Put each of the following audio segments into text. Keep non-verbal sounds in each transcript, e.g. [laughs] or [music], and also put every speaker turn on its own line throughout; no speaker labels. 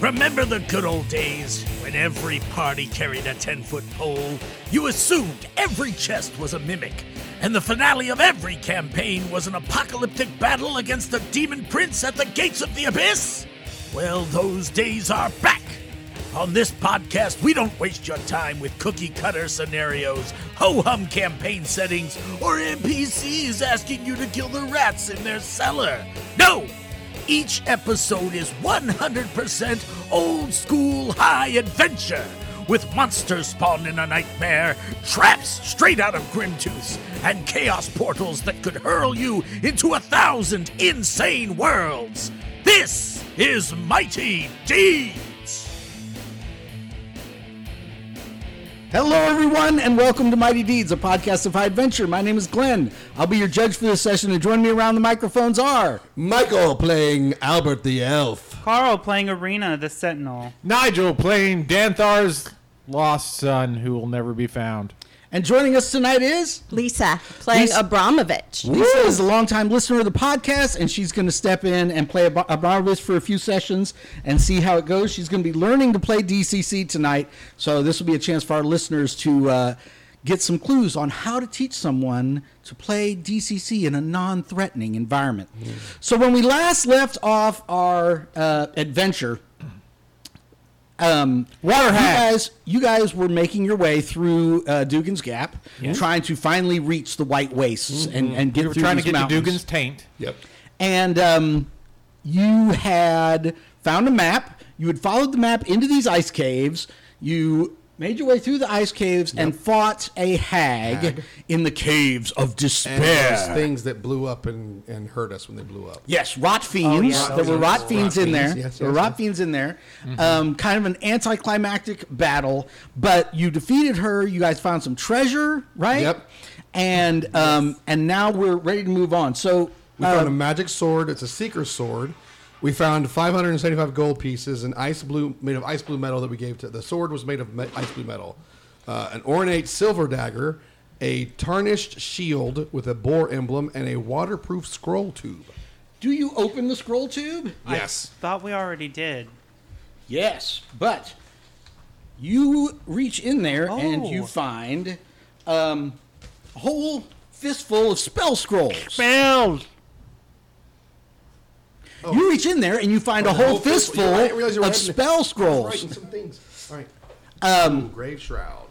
Remember the good old days when every party carried a 10 foot pole? You assumed every chest was a mimic, and the finale of every campaign was an apocalyptic battle against the demon prince at the gates of the abyss? Well, those days are back. On this podcast, we don't waste your time with cookie cutter scenarios, ho hum campaign settings, or NPCs asking you to kill the rats in their cellar. No! Each episode is 100% old school high adventure, with monsters spawned in a nightmare, traps straight out of Grimtooth, and chaos portals that could hurl you into a thousand insane worlds. This is Mighty Deeds!
Hello, everyone, and welcome to Mighty Deeds, a podcast of high adventure. My name is Glenn. I'll be your judge for this session, and join me around the microphones are.
Michael playing Albert the Elf.
Carl playing Arena the Sentinel.
Nigel playing Danthar's lost son who will never be found.
And joining us tonight is.
Lisa playing
Lisa-
Abramovich.
Lisa is a longtime listener of the podcast, and she's going to step in and play Ab- Abramovich for a few sessions and see how it goes. She's going to be learning to play DCC tonight, so this will be a chance for our listeners to uh, get some clues on how to teach someone to play DCC in a non-threatening environment. So when we last left off our uh, adventure, um,
Water
you
hack.
guys, you guys were making your way through uh, Dugan's Gap, trying to finally reach the White Wastes and, and get
Mm-hmm. We're
through
trying to
these
get
mountains.
to Dugan's taint.
Yep.
And um, you had found a map. You had followed the map into these ice caves. You made your way through the ice caves and fought a hag, in the caves of
And those
despair.
things that blew up and, and hurt us when they blew up.
Yes, rot
Oh,
fiends.
yeah.
There were rot fiends in there.
fiends, yes,
there were
yes,
rot
yes. Mm-hmm.
fiends in there. Um, kind of an anticlimactic battle, but you defeated her. You guys found some treasure, right?
Yep.
And um, and now we're ready to move on. So uh,
We found a magic sword. It's a seeker sword. We found 575 gold pieces and ice blue made of ice blue metal that we gave to the sword was made of me- ice blue metal. Uh, an ornate silver dagger, a tarnished shield with a boar emblem, and a waterproof scroll tube.
do you open the scroll tube?
Yes.
Thought we already did.
Yes, but you reach in there and
Oh.
you find um, a whole fistful of spell scrolls.
Bells.
You reach in there and you find a whole fistful
Oh, You're right, I didn't realize you were
of
hiding it.
spell
Right,
scrolls.
and some things. All right. Um, grave shroud.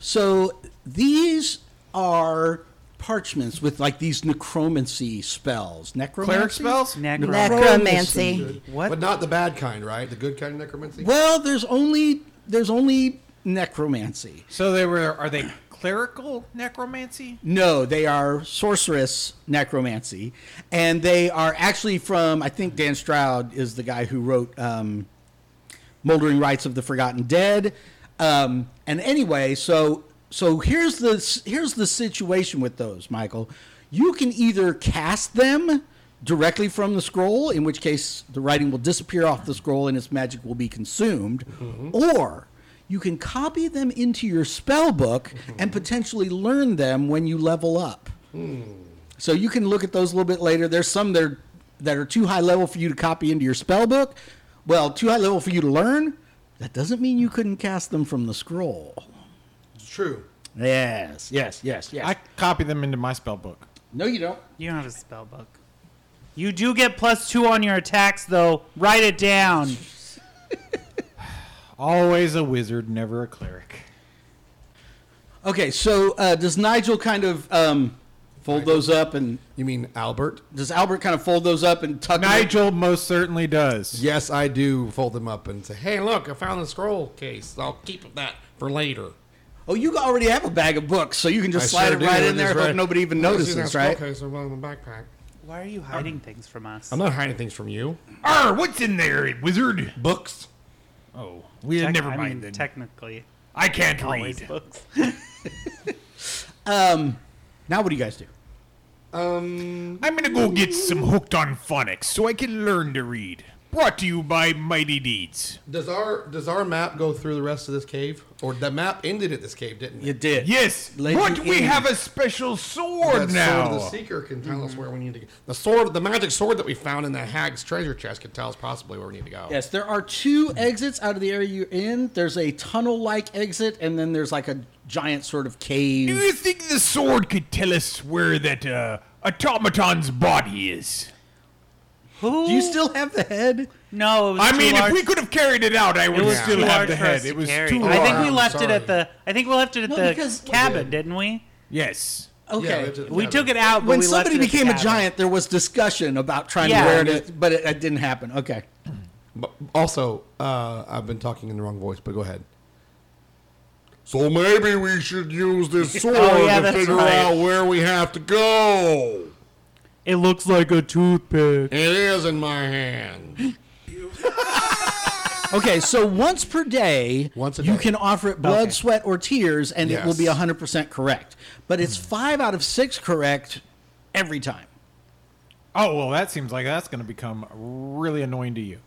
So these are parchments with like these necromancy spells. Necromancy?
Cleric spells?
Necro.
Necromancy.
What?
But not the bad kind, right? The good kind of necromancy.
Well, there's only there's only necromancy.
So they were are they clerical necromancy?
No, they are sorceress necromancy, and they are actually from I think Dan Stroud is the guy who wrote um, "Moldering Rites of the Forgotten Dead." Um, and anyway, so so here's the s- here's the situation with those, Michael. You can either cast them directly from the scroll, in which case the writing will disappear off the scroll and its magic will be consumed, or you can copy them into your spell book and potentially learn them when you level up. So you can look at those a little bit later. There's some that are, that are too high level for you to copy into your spell book. Well, too high level for you to learn. That doesn't mean you couldn't cast them from the scroll.
It's true.
Yes, yes, yes, yes.
I copy them into my spell book.
no, you don't.
You don't have a spell book. You do get plus two on your attacks though. Write it down.
Always a wizard, never a cleric.
Okay, so uh, does Nigel kind of um, fold those up, and
You mean Albert?
does Albert kind of fold those up and tuck? them in?
Nigel most certainly does.
Yes, I do fold them up and say, hey, look, I found the scroll case. I'll keep that for later.
Oh, you already have a bag of books, so you can just
I
slide
sure
it
do.
right
I
in there.
just
Hope
read-
nobody even
I see that
notices,
scroll
right?
case in my backpack.
Why are you hiding things from us?
I'm not hiding things from you.
Arr, what's in there, wizard?
Books.
Oh, we
Tec-
never
I
mind
mean,
then.
Technically,
I can't
always
read.
books.
Now, what do you guys do?
Um,
I'm gonna go get some hooked on phonics so I can learn to read. Brought to you by Mighty Deeds.
Does our does our map go through the rest of this cave, or the map ended at this cave, didn't it?
You did.
Yes,
Lady
but we
Eve.
have a special
That
sword now.
Sword of the Seeker can tell us where we need to go. The sword, the magic sword that we found in the hag's treasure chest, can tell us possibly where we need to go.
Yes, there are two exits out of the area you're in. There's a tunnel-like exit, and then there's like a giant sort of
Do
cave.
you think the sword could tell us where that uh, automaton's body is?
Who?
Do you still have the head?
No, it was
I
too
mean,
large.
if we could have carried it out, I would
It was
still
too
have
large
the
for
head.
us to
It was
carry.
too
I think
large.
we
I'm
left it
sorry.
at the. I think we left it at
No, because-
the cabin, didn't we?
Yes.
Okay.
it's-
We
yeah,
took it out. But
when
we left
somebody
it at the
became a
cabin.
giant, there was discussion about trying
Yeah.
to wear it, but it, it didn't happen. Okay.
But also, uh, I've been talking in the wrong voice, but go ahead. So maybe we should use [laughs] this sword
yeah,
to
that's
figure
right.
out where we have to go.
It looks like a toothpick.
It is in my hand.
Okay, so once per day,
Once a
you
day.
can offer it blood,
Okay.
sweat, or tears, and it will be
Yes.
100% correct. But it's five out of six correct every time.
Oh well, that seems like that's going to become really annoying to you.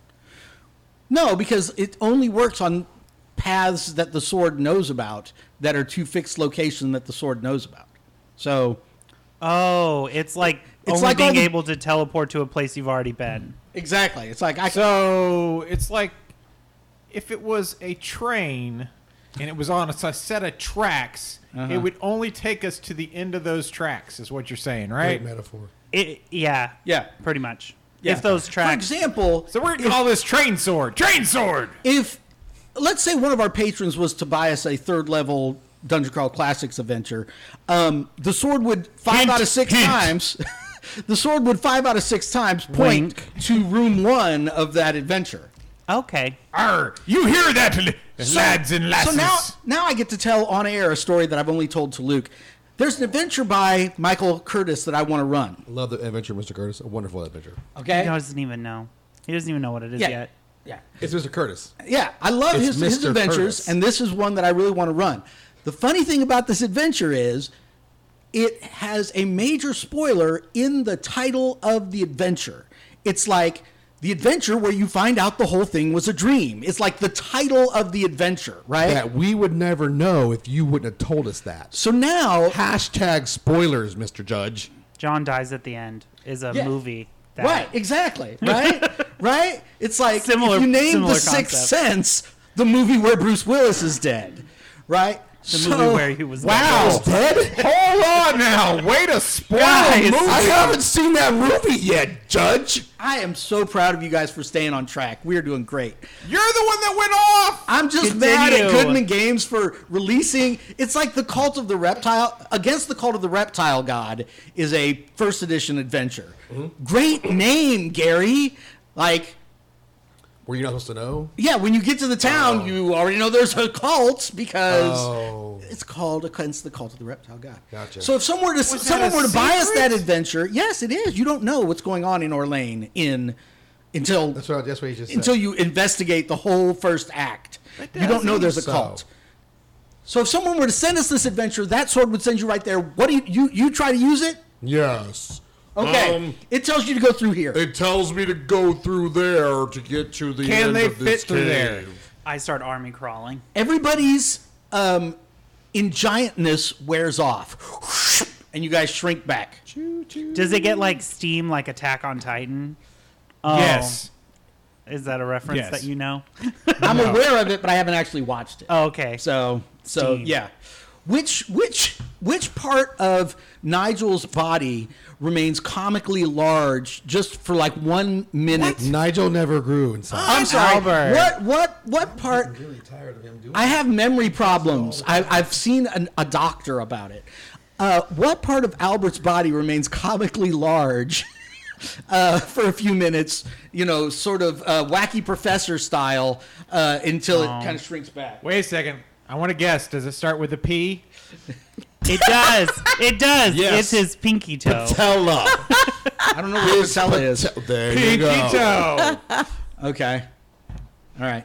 No, because it only works on paths that the sword knows about that are to fixed location that the sword knows about. So
Oh, it's like
It's
only
like all
being
the-
able to teleport to a place you've already been.
exactly, it's like I
So it's like if it was a train and it was on a s- set of tracks, it would only take us to the end of those tracks, is what you're saying, right?
Great metaphor.
It, yeah.
Yeah.
Pretty much.
yeah.
If those
For
tracks.
example,
So we're going to call this train sword. Train sword!
if let's say one of our patrons was to buy us a third level Dungeon Crawl Classics adventure, um, the sword would five
Hint,
out of six
hint.
times. [laughs] the sword would five out of six times point to room one of that adventure.
okay.
Arr, you hear that, l- lads and lasses?
So now, now I get to tell on air a story that I've only told to Luke. There's an adventure by Michael Curtis that I want to run.
Love the adventure, Mr. Curtis. A wonderful adventure.
Okay.
He doesn't even know. He doesn't even know what it is
yeah.
yet.
Yeah.
It's Mr. Curtis.
Yeah, I love
It's
his, his
Mr.
adventures,
Curtis.
and this is one that I really want to run. The funny thing about this adventure is it has a major spoiler in the title of the adventure. It's like the adventure where you find out the whole thing was a dream. It's like the title of the adventure, right?
That we would never know if you wouldn't have told us that.
So now,
Hashtag spoilers, Mr. Judge.
John dies at the end is a
Yeah.
movie. That
right, exactly,
[laughs]
right? right? It's like
Similar-
if you name
similar
The Sixth
concept.
Sense the movie where Bruce Willis is dead, right?
The movie where he was.
Wow.
Dead?
Hold on now. Way to spoil
Guys.
the movie.
I haven't seen that movie yet, Judge.
I am so proud of you guys for staying on track. We are doing great.
You're the one that went off.
I'm just
Continue.
mad at Goodman Games for releasing. It's like the Cult of the Reptile against the Cult of the Reptile God is a first edition adventure. Great name, Gary. Like,
Were you not supposed to know?
yeah, when you get to the town, you already know there's a cult because
Oh.
it's called against the Cult of the Reptile God.
Gotcha.
So if someone were to someone
a
were to buy us
secret?
that adventure, yes, it is. You don't know what's going on in Orlane in until
That's what, that's what he just said.
until you investigate the whole first act. You don't know there's a
So-
cult. So if someone were to send us this adventure, that sword would send you right there. What do you you, you try to use it?
Yes.
Okay,
Um,
it tells you to go through here.
it tells me to go through there to get to the
Can
end
they
of this
fit through there?
cave.
I start army crawling.
Everybody's um, in giantness wears off, [laughs] and you guys shrink back.
Does it get like steam, like Attack on Titan? Oh,
Yes.
Is that a reference
Yes.
that
[laughs]
you know?
I'm aware of it, but I haven't actually watched it.
Oh, okay.
So so
Steam.
yeah. Which which which part of Nigel's body remains comically large just for like one minute?
Nigel never grew inside.
I'm sorry.
Albert.
What what what part?
really tired of him doing
I have memory problems. I, I've seen an, a doctor about it. Uh, what part of Albert's body remains comically large [laughs] uh, for a few minutes? You know, sort of uh, wacky professor style uh, until it kind of shrinks back.
Wait a second. I want to guess. Does it start with a P?
It does. It does.
Yes.
It's his pinky toe.
Tell up.
I don't know what patella is.
[laughs] There you go.
Pinky toe.
Okay. All right.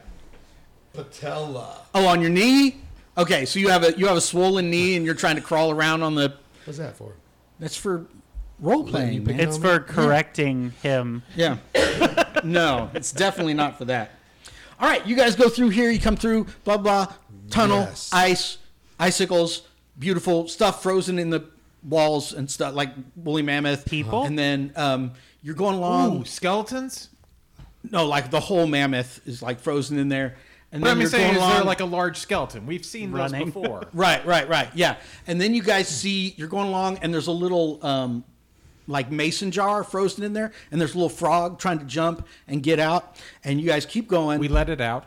Patella.
Oh, on your knee. Okay, so you have a you have a swollen knee and you're trying to crawl around on the.
What's that for?
That's for role playing. man. [laughs]
It's for correcting him.
Yeah. [laughs] no, it's definitely not for that. All right, you guys go through here. You come through, blah blah, tunnel,
Yes.
ice, icicles, beautiful stuff frozen in the walls and stuff like woolly mammoth
People?
and then um, you're going along.
Ooh, skeletons?
No, like the whole mammoth is like frozen in there, and
What
then
I'm
you're
saying
going
is they're
along.
like a large skeleton. We've seen
Running.
those before. [laughs]
Right, right, right. Yeah. And then you guys see you're going along and there's a little um like mason jar frozen in there and there's a little frog trying to jump and get out and you guys keep going.
we let it out.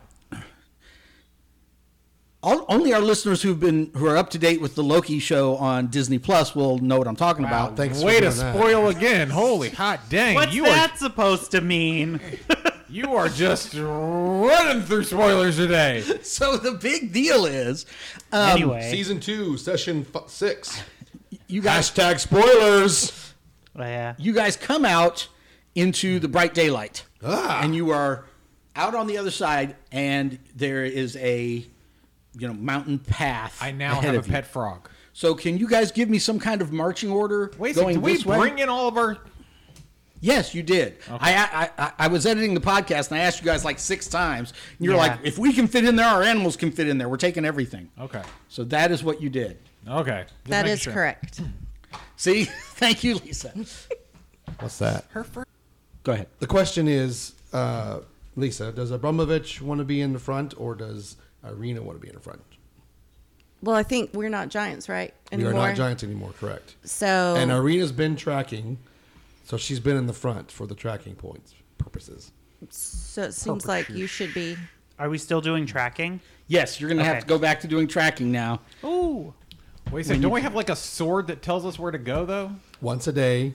All, only our listeners who've been who are up to date with the Loki show on Disney Plus will know what I'm talking about.
Oh, Thanks
Way
for
to
doing that. [laughs]
spoil again. Holy hot dang.
What's
you
that supposed to mean?
are you
[laughs]
are just running through spoilers today.
[laughs] So the big deal is uh, Um,
anyway,
Season two, session f- six.
you guys
Hashtag spoilers.
oh, yeah.
you guys come out into the bright daylight.
Ah.
And you are out on the other side and there is a you know mountain path.
I now
ahead
have a
of you.
pet frog.
So can you guys give me some kind of marching order
Wait a
going
second. Did we
this way?
bring in all of our.
yes, you did. I I, I I was editing the podcast and I asked you guys like six times. And you're
Yeah.
like, if we can fit in there, our animals can fit in there. We're taking everything.
Okay.
So that is what you did.
Okay. Just
That
making
is
sure.
correct.
See, [laughs] thank you, Lisa.
What's that?
Her fur-
Go ahead.
The question is, uh, Lisa, does Abramovich want to be in the front or does Irina want to be in the front?
Well, I think we're not giants, right? Anymore.
We are not giants anymore, correct?
So
And Irina's been tracking, so she's been in the front for the tracking points purposes.
so it seems like you should be.
Are we still doing tracking?
Yes, you're going to have
Okay.
to go back to doing tracking now.
Oh.
Ooh.
Wait a second. Don't we have like a sword that tells us where to go, though?
Once a day.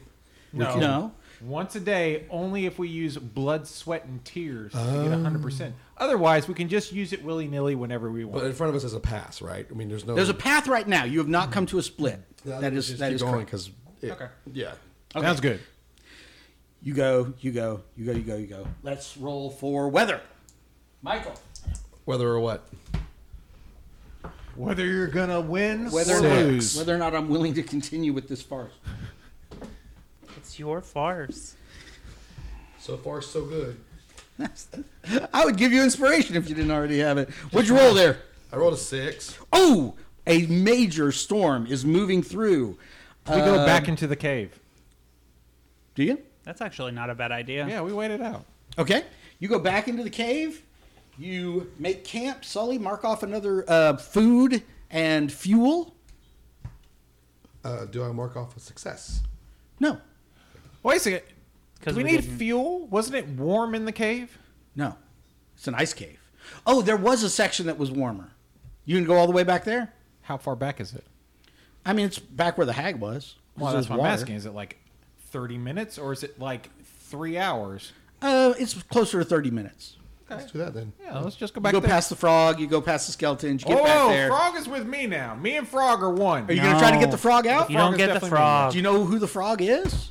No.
No.
Once a day, only if we use blood, sweat, and tears to get 100%. Otherwise, we can just use it willy nilly whenever we
But
want.
in front of us is a pass, right? I mean, there's no.
There's a path right now. You have not come to a split. that is
just
that
keep
is
going
correct.
because.
Okay.
Yeah.
Sounds good.
You go, you go, you go, you go, you go. Let's roll for weather. Michael.
Whether or what.
Whether you're going to win
Whether
or
or, not,
lose.
whether or not I'm willing to continue with this farce.
It's your farce.
So far, so good.
I would give you inspiration if you didn't already have it. What'd you roll there?
I rolled a six.
Oh, a major storm is moving through.
we go back into the cave.
Do you?
That's actually not a bad idea.
Yeah, we waited out.
Okay. You go back into the cave. You make camp. Sully, mark off another uh, food and fuel.
Uh, do I mark off a success?
No,
Wait a second.
'Cause
Do we,
we
need
didn't-
fuel? Wasn't it warm in the cave?
no. It's an ice cave. Oh, there was a section that was warmer. You can go all the way back there.
How far back is it?
I mean, it's back where the hag was.
Well,
There's
that's what
water.
I'm asking. Is it like 30 minutes or is it like three hours?
Uh, it's closer to thirty minutes.
Let's do that then.
Yeah, let's just go
You
back
go
there.
past the frog. You go past the skeletons. You
oh,
get back there.
Frog is with me now. Me and Frog are one.
Are you gonna try to get the frog out?
You
frog
don't
is
get the
definitely not
frog.
Do you know who the frog is?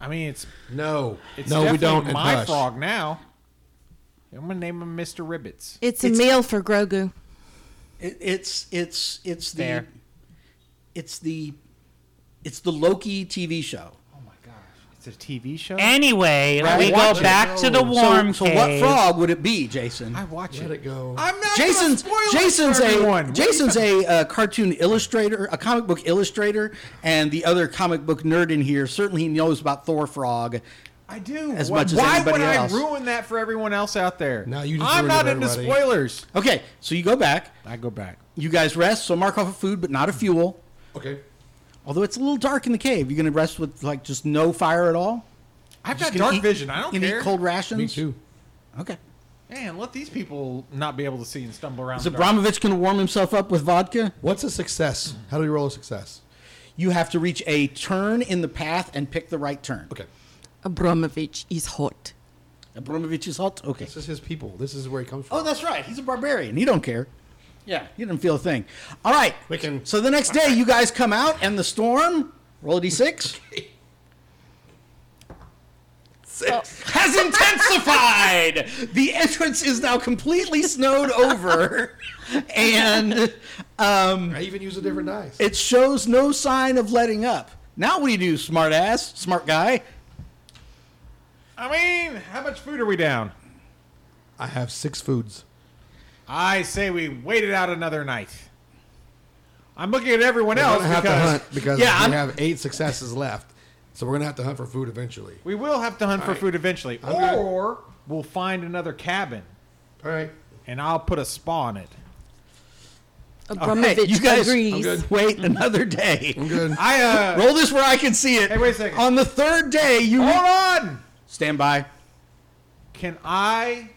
I mean, it's
No.
it's
no, we
definitely
don't. and
my
hush.
frog now. I'm gonna name him Mr. Ribbits.
It's a meal for Grogu.
It, it's it's it's the
Fair.
it's the it's the Loki TV show.
Oh my gosh, it's a TV show.
[laughs] Anyway,
Right.
we
Watch
go
it.
back to the
So-
warm
so,
cave.
what frog would it be, Jason?
I watch
Let it go.
I'm not. gonna
Jason's
spoil it
Jason's
for
a
everyone.
Jason's a uh, cartoon illustrator, a comic book illustrator, and the other comic book nerd in here certainly knows about Thor Frog.
I do.
as
Why-
much as
Why
anybody
would
else.
I ruin that for everyone else out there?
No, you just
I'm
ruined
not
it,
into
everybody.
spoilers.
Okay, so you go back.
I go back.
You guys rest. So mark off a food, but not a fuel.
Okay.
Although it's a little dark in the cave, you're gonna rest with like just no fire at all.
I've
Just
got
gonna
dark
eat-
vision. I don't
gonna
care.
Eat cold rations.
Me too.
Okay.
Man, let these people not be able to see and stumble around.
Is
in the dark.
Abramovich going to warm himself up with vodka?
What's a success? How do we roll a success?
You have to reach a turn in the path and pick the right turn.
Okay.
Abramovich is hot.
Abramovich is hot. Okay.
This is his people. This is where he comes from.
Oh, that's right. He's a barbarian. He don't care. Yeah, he didn't feel a thing. All right.
We can-
So the next day, you guys come out and the storm. Roll a d6. Has intensified. The entrance is now completely snowed
[laughs]
over, and
I even use a different dice.
it shows no sign of letting up. Now what do you do, smart ass, smart guy?
I mean, how much food are we down?
I have six foods.
I say we waited out another night. I'm looking at everyone
We're
else
gonna have to
because
hunt because
Yeah,
we
I'm-
have eight successes left, so we're gonna have to hunt for food eventually.
we will have to hunt for food eventually,
I'm good.
or we'll find another cabin
All right.
and I'll put a spa on it.
Hey,
Abramovich
you guys
agrees.
wait another day.
I'm good. [laughs]
I uh,
Roll this where I can see it.
Hey, wait a second. Oh.
On the third day, you
hold on.
stand by.
Can I?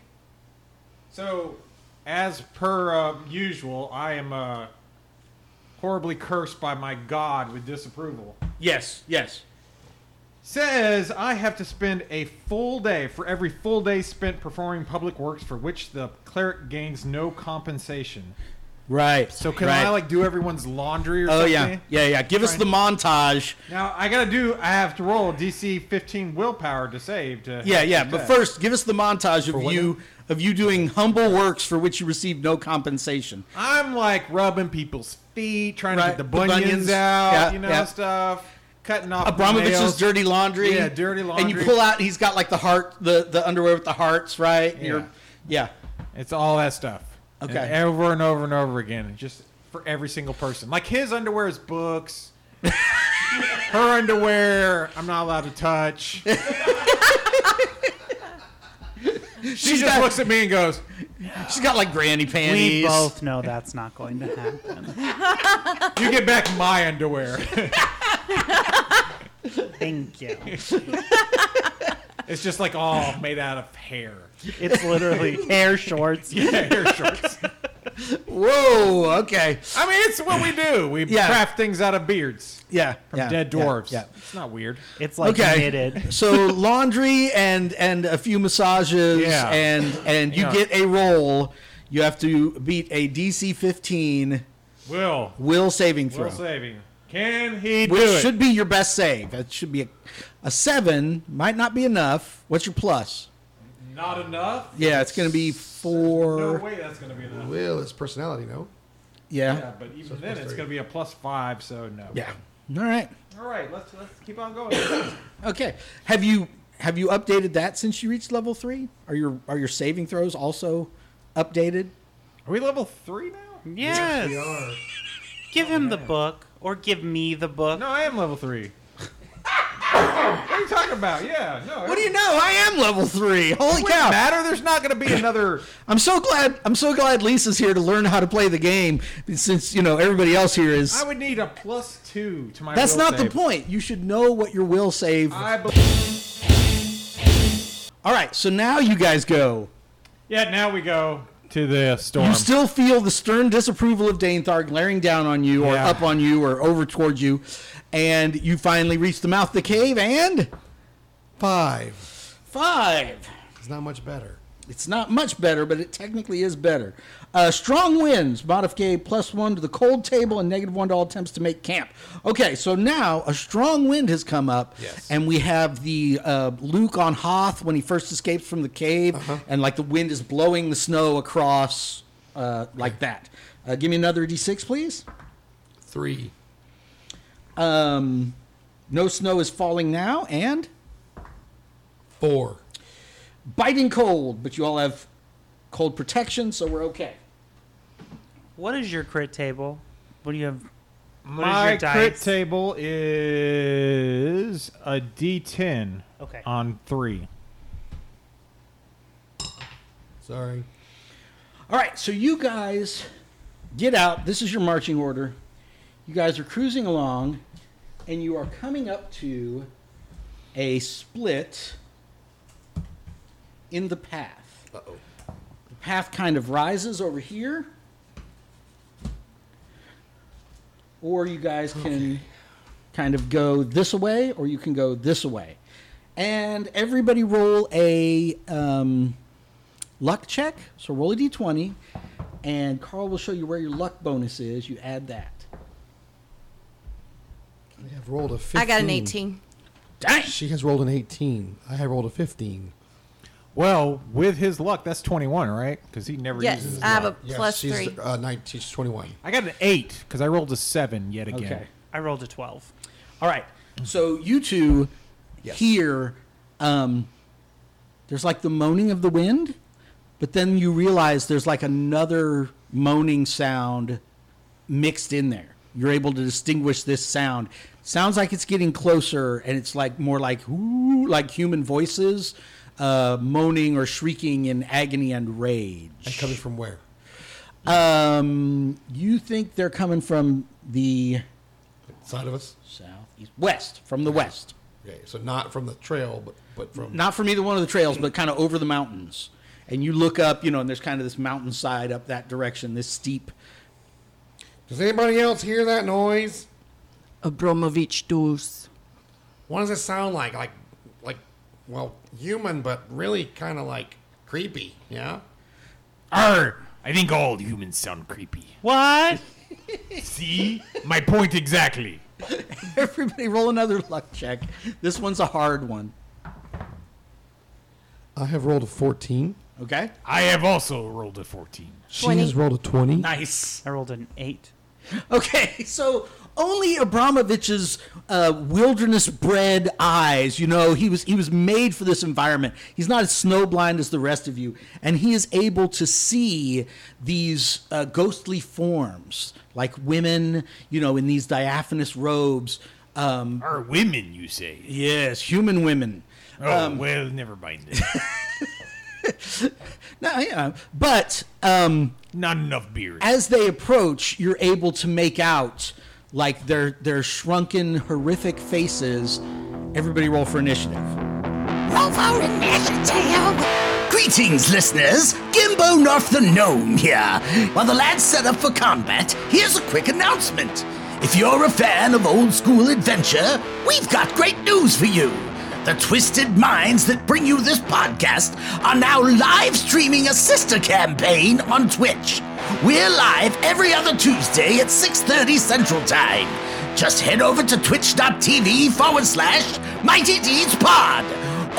So, as per uh, usual, I am uh, horribly cursed by my god with disapproval.
Yes, yes.
Says I have to spend a full day for every full day spent performing public works for which the cleric gains no compensation.
Right.
So can
right.
I like do everyone's laundry or
Oh
something?
yeah, yeah, yeah. Give us the montage.
Now I gotta do. I have to roll a DC 15 willpower to save. To
Yeah, yeah. But first, give us the montage of you of you doing humble works for which you received no compensation.
I'm like rubbing people's feet, trying
Right,
to get the
the
bunions,
bunions.
out,
Yeah,
you know,
yeah.
stuff, cutting off
Abramovich's
nails.
dirty laundry.
Yeah, dirty
And you
laundry.
pull out. He's got like the heart, the the underwear with the hearts, right? And you're- yeah.
It's all that stuff.
Okay.
And over and over and over again, just for every single person. Like his underwear
[laughs]
is books. Her underwear, I'm not allowed to touch. she just
got-
looks at me and goes,
She's got like granny panties.
We both know that's not going to happen.
"You get back my underwear." [laughs]
Thank you.
it's just like all made out of hair,
It's
[laughs]
literally hair shorts.
[laughs] hair shorts.
Whoa. Okay.
I mean, it's what we do. We
Yeah.
craft things out of beards.
Yeah.
From
yeah,
dead
yeah,
dwarves.
Yeah.
It's not weird.
It's like
okay. [laughs]
knitted.
so laundry and and a few massages
Yeah.
and and you
Yeah.
get a roll. You have to beat a DC 15
Will.
will saving throw.
Will saving. Can he do
Which
it?
should be your best save. That should be a, a seven. Might not be enough. What's your plus?
Not enough?
Yeah, it's going to be
No
four.
way that's going to be enough.
Will is personality, no?
Yeah.
Yeah, but even then, it's going to be a plus five, so no.
Yeah. All right.
All right, let's let's keep on [coughs] going.
Okay. Have you have you updated that since you reached level three? Are your are your saving throws also updated?
Are we level three now?
Yes.
We are.
Give him the book or give me the book.
No, I am level [laughs] three. what are you talking about? Yeah, no.
What do you know? I am level three. Holy
It doesn't
cow!
matter. There's not going to be another.
I'm so glad. I'm so glad Lisa's here to learn how to play the game, since you know everybody else here is.
I would need a plus two to my.
That's
will
not the
save.
point. You should know what your will save.
I believe.
All right. So now you guys go.
Yeah, now we go to the storm.
You still feel the stern disapproval of Danethar glaring down on you, or
Yeah.
up on you, or over towards you, and you finally reach the mouth of the cave. And
Five.
five.
It's not much better.
It's not much better, but it technically is better. Uh, strong winds modification plus one to the cold table and negative one to all attempts to make camp. Okay, so now a strong wind has come up,
Yes.
and we have the uh, Luke on Hoth when he first escapes from the cave,
Uh-huh.
and like the wind is blowing the snow across uh, like that. Uh, give me another d6, please.
Three.
Um, no snow is falling now, and
Four.
biting cold, but you all have cold protection, so we're okay.
What is your crit table? What do you have? What is
My
your
crit
dice?
table is a D10
Okay.
on three.
Sorry.
All right, so you guys get out. This is your marching order. You guys are cruising along, and you are coming up to a split in the path.
Uh oh.
The path kind of rises over here, or you guys can kind of go this way, or you can go this way. And everybody roll a. Um, luck check. So roll a d20, and Carl will show you where your luck bonus is. You add that.
I have rolled a 15.
I got an 18.
Dang!
She has rolled an 18. I have rolled a 15.
Well, with his luck, that's 21, right? Because he never uses
Yes,
his
I have
luck.
a plus
she's,
three.
Uh, 19, she's 21.
I got an 8 because I rolled a 7 yet again.
Okay.
I rolled a 12.
All right. So you two hear um, there's like the moaning of the wind, but then you realize there's like another moaning sound mixed in there. You're able to distinguish this sound. Sounds like it's getting closer, and it's like more like "Ooh," like human voices uh, moaning or shrieking in agony and rage.
And coming from where?
Um, you think they're coming from the
Side of us.
south, east, west, from the west.
Okay, so not from the trail, but but from
Not from either one of the trails, but kind of over the mountains. And you look up, you know, and there's kind of this mountainside up that direction, this steep. [laughs]
Does anybody else hear that noise?
Abramovich does.
What does it sound like? Like, like, well, human, but really kind of like creepy. Yeah.
Arr! I think all humans sound creepy. [laughs]
What?
See? My point exactly.
Everybody roll another luck check. This one's a hard one.
I have rolled a fourteen.
Okay?
I have also rolled a 14.
She
20. has
rolled a twenty.
Nice.
I rolled an eight.
Okay, [laughs] so only Abramovich's uh, wilderness-bred eyes, you know, he was he was made for this environment. He's not as snowblind as the rest of you, and he is able to see these uh, ghostly forms, like women, you know, in these diaphanous robes. Um,
Are women, you say?
yes, human women.
Oh, well, never mind. then.
No, yeah, but um,
Not enough beer.
as they approach, you're able to make out like their their shrunken, horrific faces. Everybody, roll for initiative.
Greetings, listeners. Gimbo North the Gnome here. While the lads set up for combat, here's a quick announcement. If you're a fan of old school adventure, we've got great news for you. The twisted minds that bring you this podcast are now live streaming a sister campaign on Twitch. We're live every other Tuesday at 6:30 Central Time. Just head over to twitch.tv forward slash Mighty Deeds Pod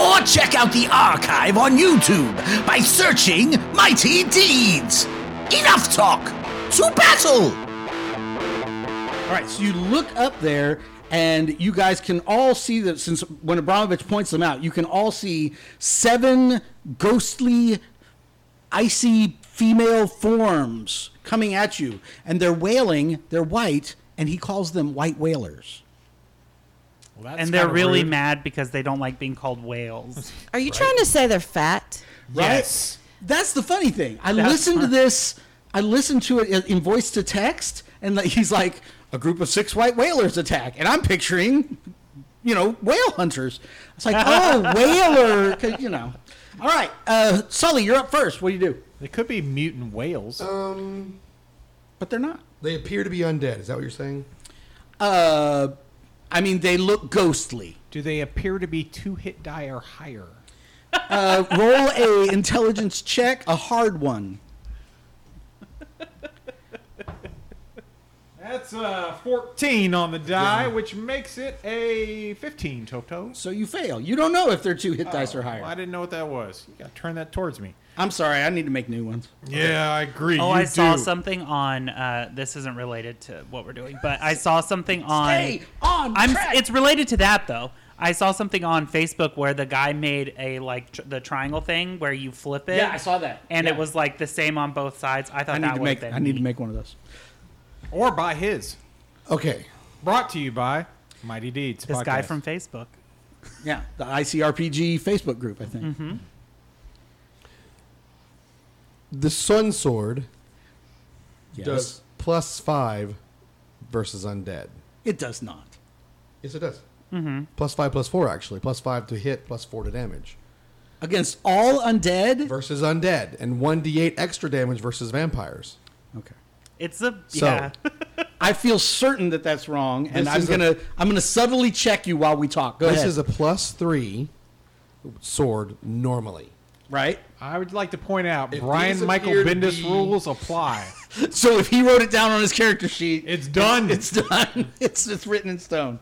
or check out the archive on YouTube by searching Mighty Deeds. Enough talk! To battle!
All right, so you look up there, and you guys can all see that since when Abramovich points them out, you can all see seven ghostly, icy female forms coming at you, and they're wailing. They're white, and he calls them white whalers.
and they're really mad because they don't like being
[laughs]
called whales.
Are you trying to say they're fat?
Yes.
That's the funny thing. I listened to this. I listened to it in- in voice to text, and like, [laughs] he's like, "A group of six white whalers attack," and I'm picturing, you know, whale hunters. It's like, [laughs] oh, whaler, 'cause, you know. All right, uh, Sully, you're up first. What do you do?
[laughs] They could be mutant whales.
But they're not.
They appear to be undead. Is that what you're saying?
Uh, I mean, they look ghostly.
Do they appear to be two hit die or higher?
Uh, roll a intelligence check, a hard one.
That's a 14 on the die, which makes it a 15, Toto.
So you fail. You don't know if they're two hit dice or higher.
I didn't know what that was. You gotta turn that towards me.
Oh, I'm sorry. I need to make new ones.
Yeah, I agree.
Oh, I saw something on. Uh, this isn't related to what we're doing, but I saw something on.
Stay on
I'm,
track.
It's related to that though. I saw something on Facebook where the guy made a like tr- the triangle thing where you flip it.
Yeah, I saw that.
and it
Yeah.
was like the same on both sides. I thought
I need
that
to
would
make.
Been
I need to
neat.
make one of those.
Or by his.
Okay.
Brought to you by Mighty Deeds.
this guy
podcast.
from Facebook.
Yeah, the ICRPG Facebook group, I think.
Mm-hmm. The sun sword
Yes.
does plus five versus undead.
It does not.
Yes, it does. Mm-hmm. Plus five, plus four, actually. Plus five to hit, plus four to damage.
Against all undead?
Versus undead, and 1d8 extra damage versus vampires.
Okay.
It's a
So,
yeah. [laughs]
I feel certain that that's wrong, and
This
I'm
is a-
gonna i I'm gonna subtly check you while we talk. Go
this
ahead.
is a plus three sword normally.
right.
I would like to point out
If
Brian
these
Michael
appear to
Bendis
be-
rules apply.
So if he wrote it down on his character sheet,
It's done.
[laughs] It's done. It's it's written in stone.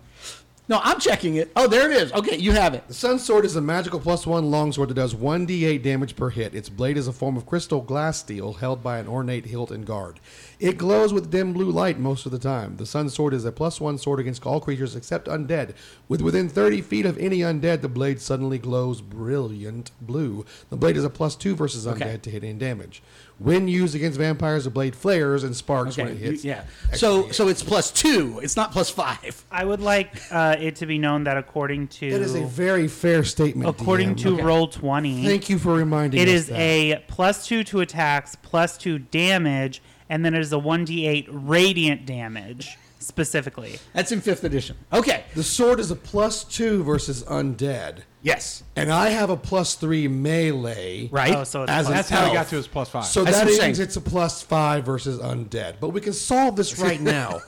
No, I'm checking it. Oh, there it is. Okay, you have it.
The Sun Sword is a magical plus one longsword that does 1d8 damage per hit. Its blade is a form of crystal glass steel held by an ornate hilt and guard. It glows with dim blue light most of the time. The Sun Sword is a plus one sword against all creatures except undead. With within 30 feet of any undead, the blade suddenly glows brilliant blue. The blade is a plus two versus undead to hitting damage. When used against vampires, the blade flares and sparks when
Okay,
it hits.
you- yeah. So so it's plus two. It's not plus five.
I would like uh, it to be known that according to
That is a very fair statement.
according
DM.
to roll twenty,
Thank you for reminding
it
us
is
that.
a plus two to attacks, plus two damage, and then it is a one d eight radiant damage specifically.
That's in fifth edition. Okay.
The sword is a plus two versus undead,
Yes.
and I have a plus three melee.
Right.
Oh, so it's
As
plus-
That's how he
Elf.
got to his plus five.
So
That's
that
what I'm
means
saying.
it's a plus five versus undead. But we can solve
[laughs]
this right now.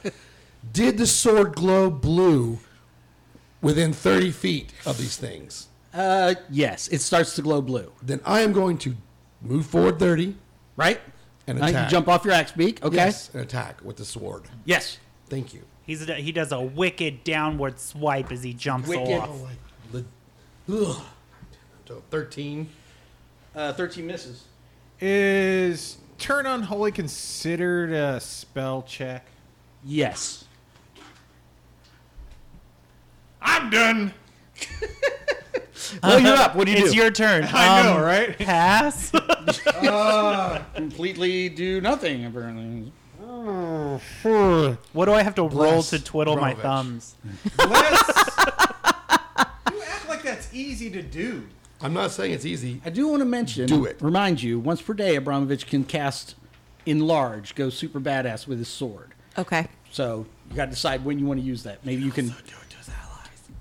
Did the sword glow blue within 30 feet of these things?
Uh, yes. It starts to glow blue.
Then I am going to move forward 30.
Right.
And
Now you
attack.
jump off your axe beak. Okay.
Yes, and attack with the sword.
Yes.
Thank you.
He's he does a wicked downward swipe as he jumps
Wicked. Oh,
off. [laughs]
The- ugh. So 13.
Uh, Thirteen misses.
Is turn unholy considered a spell check?
Yes.
I'm done.
Well, you're up. What do you
it's
do? [laughs]
your turn.
I know,
Um,
[laughs] right?
Pass.
completely do nothing apparently.
what do I have to roll
Bless
to twiddle my
Romovich.
thumbs?
[laughs] you act like that's easy to do.
I'm not saying it's easy.
I do want to mention.
Do it.
Remind you, once per day, Abramovich can cast enlarge, go super badass with his sword.
Okay.
So you got to decide when you want to use that. Maybe you can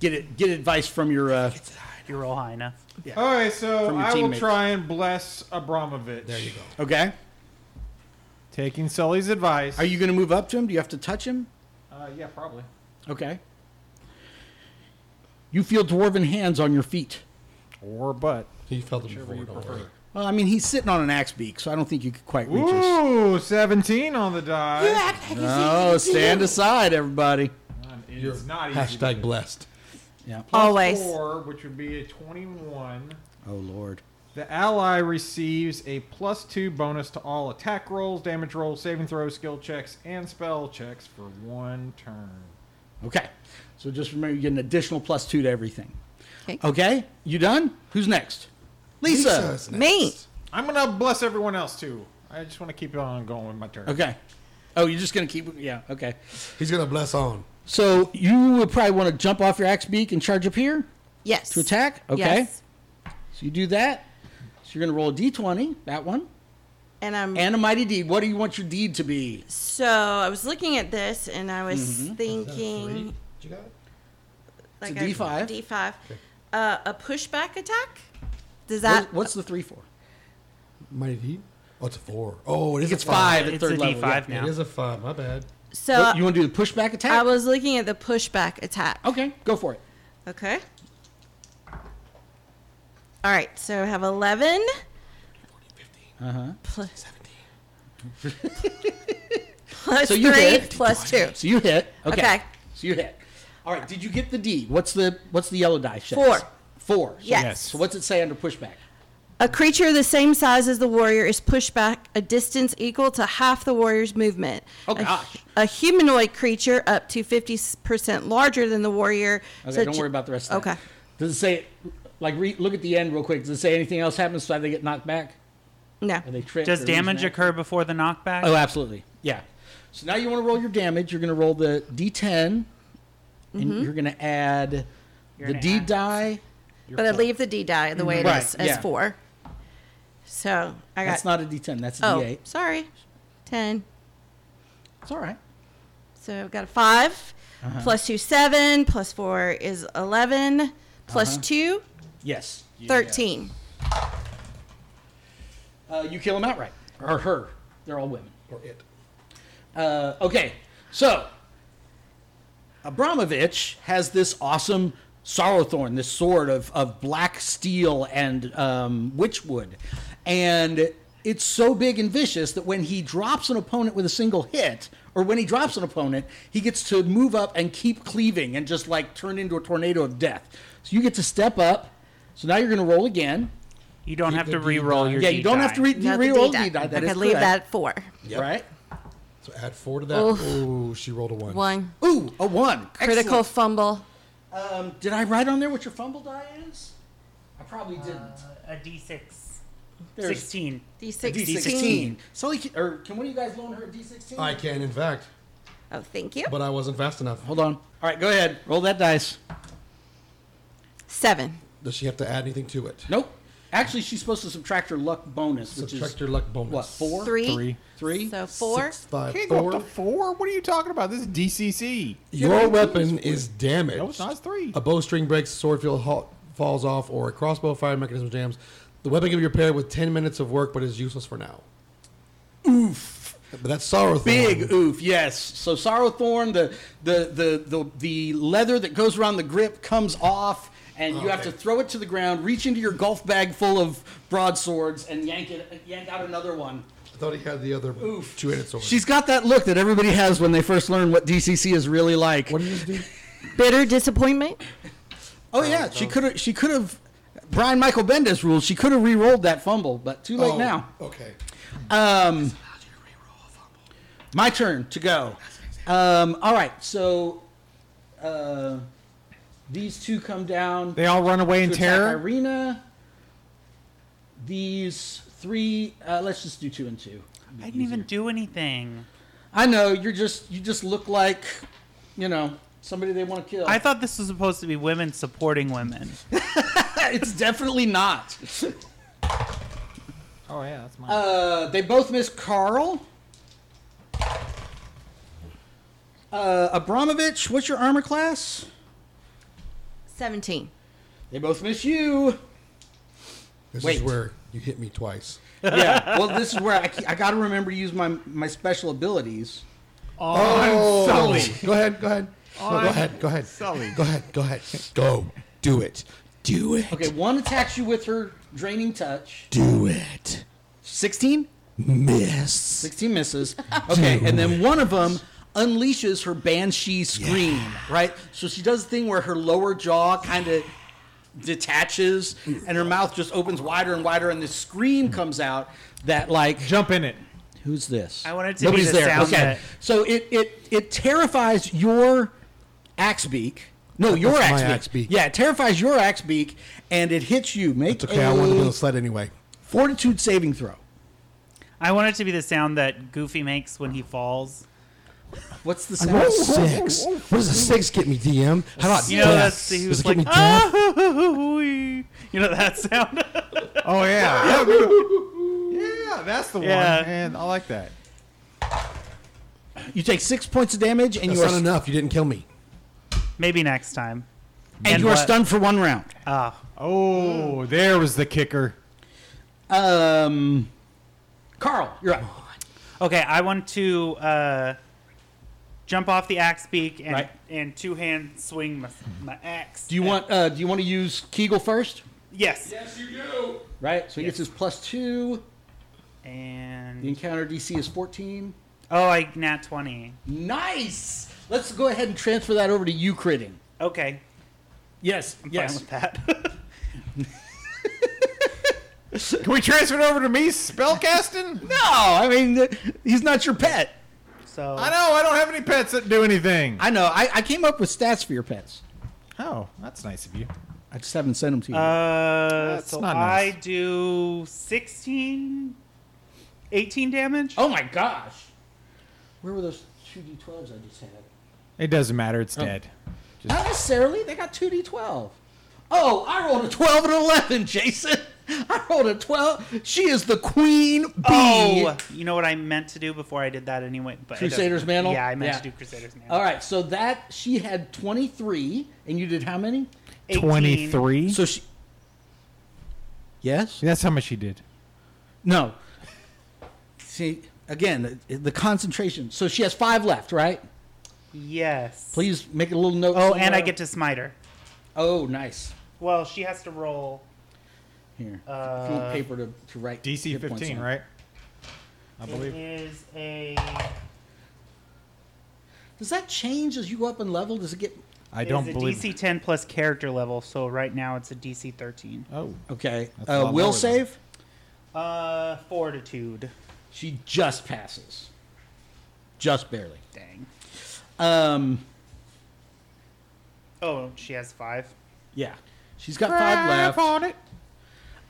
get it. Get advice from your. Uh,
You roll high enough.
All right, so
From your
I will
teammates.
try and bless Abramovich. There you go.
okay.
Taking Sully's advice.
Are you going to move up to him? Do you have to touch him?
Uh, yeah, probably.
Okay. You feel dwarven hands on your feet.
Or butt.
He felt it before.
you
Don't
prefer.
worry.
Well, I mean, he's sitting on an axe beak, so I don't think you could quite reach us.
Ooh, 17 on the die.
Oh, stand aside, everybody.
It's not easy. to
Hashtag
do.
blessed.
Yeah.
Always.
Four, which would be a 21.
Oh Lord.
The ally receives a plus two bonus to all attack rolls, damage rolls, saving throws, skill checks, and spell checks for one turn.
Okay. So just remember, you get an additional plus two to everything.
Okay.
Okay. You done? Who's next? Lisa.
Lisa's next.
Me.
I'm gonna bless everyone else too. I just want to keep on going with my turn.
Okay. Oh, you're just gonna keep. Yeah. Okay.
He's gonna bless on.
So you would probably want to jump off your axe beak and charge up here.
Yes.
To attack? Okay.
Yes.
So you do that. So you're gonna roll a d20. That one.
And I'm
And a mighty deed. What do you want your deed to be?
so I was looking at this and I
Mm-hmm.
was thinking
You got it?
like
a D5.
D five, uh, a pushback attack. Does that
What- What's the three for?
Mighty Heat? Oh, it's a four. Oh, it is
It's
a five.
five at
It's
third
a
level. yeah.
D5 now.
It is a five. My bad.
so?
What- you want to do the pushback attack?
I was looking at the pushback attack.
okay, go for it.
Okay. All right, so I have 11. Uh huh. Plus 17.
So you
3,
hit.
plus 2.
So you hit. Okay.
Okay.
So you hit. All right. Did you get the deed? What's the What's the yellow die? Shax?
Four.
Four. So-
Yes.
Yes.
So what's it say under pushback?
A creature the same size as the warrior is pushed back a distance equal to half the warrior's movement.
Oh,
A-
gosh.
A, humanoid creature up to 50% larger than the warrior.
Okay.
such-
don't worry about the rest. of that.
Okay.
Does it say like re, look at the end real quick? Does it say anything else happens? So they get knocked back?
No.
Are they tripped?
Does
or losing
damage
action?
occur before the knockback?
Oh, absolutely. Yeah. So now you want to roll your damage. You're going to roll the d10,
Mm-hmm.
and you're going to add the
gonna
d
add-
die.
But I leave the D die the way it is
Right,
as
yeah.
4. So I got.
That's not a d10. That's a
oh,
d8.
sorry. 10.
It's all right.
So I've got a 5
Uh-huh.
plus two, seven, plus four is 11, plus
Uh-huh.
two,
Yes.
13.
Uh, you kill him outright, or her. They're all women.
Or it.
Uh, okay, so Abramovich has this awesome Sorrowthorn, this sword of, of black steel and um, witchwood, and It's so big and vicious that when he drops an opponent with a single hit, or when he drops an opponent, he gets to move up and keep cleaving and just like turn into a tornado of death. So you get to step up. So now you're going to roll again.
You don't have to re-roll your.
Yeah, you don't have to re-
Not the
re-roll
D-dot.
D die. That
I
is
could leave
correct.
that at four.
right.
So add four to that.
Oof.
Ooh, she rolled a one.
One
Ooh, a one. Excellent.
critical
Um,
fumble.
Did I write on there what your fumble die is? I probably didn't.
a d6.
There's-
16.
D
D16.
sixteen.
Sully, can- or can one of you guys loan her a D16?
I can, in fact,
Oh, thank you.
but I wasn't fast enough.
Hold on. All right, go ahead. Roll that dice.
Seven.
Does she have to add anything to it?
Nope. Actually, she's supposed to subtract her luck bonus, which
Subtract
is
your luck bonus.
what four,
Three.
Three.
three.
So four.
Six, five,
Can't go
four.
up to four. What are you talking about? This is DCC.
Your weapon is damaged.
No, it's not. It's three.
A bowstring breaks, sword field halt, falls off, or a crossbow fire mechanism jams. The weapon can be repaired with 10 minutes of work, but is useless for now. Oof. But that's sorrow thing.
Big oof, yes. So Sorrowthorn, the the the the the leather that goes around the grip comes off, and you have to throw it to the ground. Reach into your golf bag full of broadswords and yank it, yank out another one.
I thought he had the other two-handed sword.
She's got that look that everybody has when they first learn what DCC is really like.
What do you do?
Bitter disappointment.
Oh yeah, she could have. She could have. Brian Michael Bendis rules. She could have re-rolled that fumble, but too late
Oh,
now.
Okay.
Um, my turn to go. Um, all right, so uh, these two come down.
They all run away in
to attack
terror.
Irina. These three. Uh, let's just do two and two.
I didn't even do anything.
I know you're just. You just look like, you know, somebody they want to kill.
I thought this was supposed to be women supporting women.
[laughs] it's definitely not.
[laughs] Oh yeah, that's mine.
Uh, they both miss Carl. Uh, Abramovich, what's your armor class?
Seventeen.
They both miss you.
This
Wait.
is where you hit me twice.
Yeah. Well, this is where I, I got to remember to use my my special abilities.
Oh.
Sully. Go ahead, go ahead. No, go ahead, go ahead. Sully. Go ahead, go ahead. Go. Do it. Do it.
Okay, one attacks you with her draining touch.
Do it.
16?
Miss.
16 [laughs] misses. Okay, and then one of them unleashes her banshee scream, right? So she does the thing where her lower jaw kind of detaches and her mouth just opens wider and wider and this scream comes out that like
Jump in it.
who's this?
I want it to be the sound that-
So it it it terrifies your axe beak. No, your
my
axe beak.
axe beak.
Yeah, it terrifies your axe beak and it hits you. Make
It's okay, I
a
wanted to build a sled anyway.
fortitude saving throw.
I want it to be the sound that Goofy makes when he falls.
What's the
I rolled
sound?
six. What does a six get me, DM? How about
You know,
death?
that's he
does
was
it get
like,
me
ah,
death?
you know that sound.
Oh [laughs] yeah. yeah, that's the
Yeah.
one. Man, I like that.
You take six points of damage and
That's
you are
not enough. You didn't kill me.
Maybe next time.
and, you are
what-
stunned for one round.
Ah,
Oh, there was the kicker.
Um, Carl, you're up.
okay. I want to uh, jump off the axe beak and
Right.
and two hand swing my, my axe.
Do you want? Uh, do you want to use Kegel first?
Yes.
Right. So he gets his plus two. The
And
encounter DC is fourteen.
oh, I nat twenty.
Nice. Let's go ahead and transfer that over to you critting.
Okay.
Yes.
Fine with that.
Can we transfer it over to me [laughs] spellcasting?
No, I mean th- he's not your pet.
so
I know. I don't have any pets that do anything.
I know. I, I came up with stats for your pets.
Oh, that's nice of you.
I just haven't sent them to you.
Uh,
That's
so
not nice.
I do 16, 18 damage.
oh my gosh. Where were those two d12s I just had?
It doesn't matter. It's dead.
Not necessarily. They got two d12. Oh, I rolled a 12 and 11, Jason. [laughs] I rolled a 12. She is the queen bee.
Oh, you know what I meant to do before I did that anyway. But it doesn't-
Crusader's Mantle?
Yeah, I meant
Yeah.
to do Crusader's Mantle.
All right, so that she had 23, and you did how many?
18.
Twenty-three.
So she. Yes?
that's how much he did.
No. See, again, the, the concentration. So she has five left, right?
Yes.
Please make a little note.
Oh, and I get to smite her.
Oh, nice.
Well, she has to roll.
Here. if you want paper to, to write.
DC
hit points
fifteen,
on.
right? I
It
believe.
is a.
Does that change as you go up in level? Does it get
I don't
it's
believe.
a DC 10 plus character level, so right now it's a DC 13.
Oh,
okay?
That's a
Uh,
lot
will
lower than-
save.
Uh, fortitude.
She just passes, just barely.
Dang.
Um,
Oh, she has five.
yeah, she's got five left.
on it.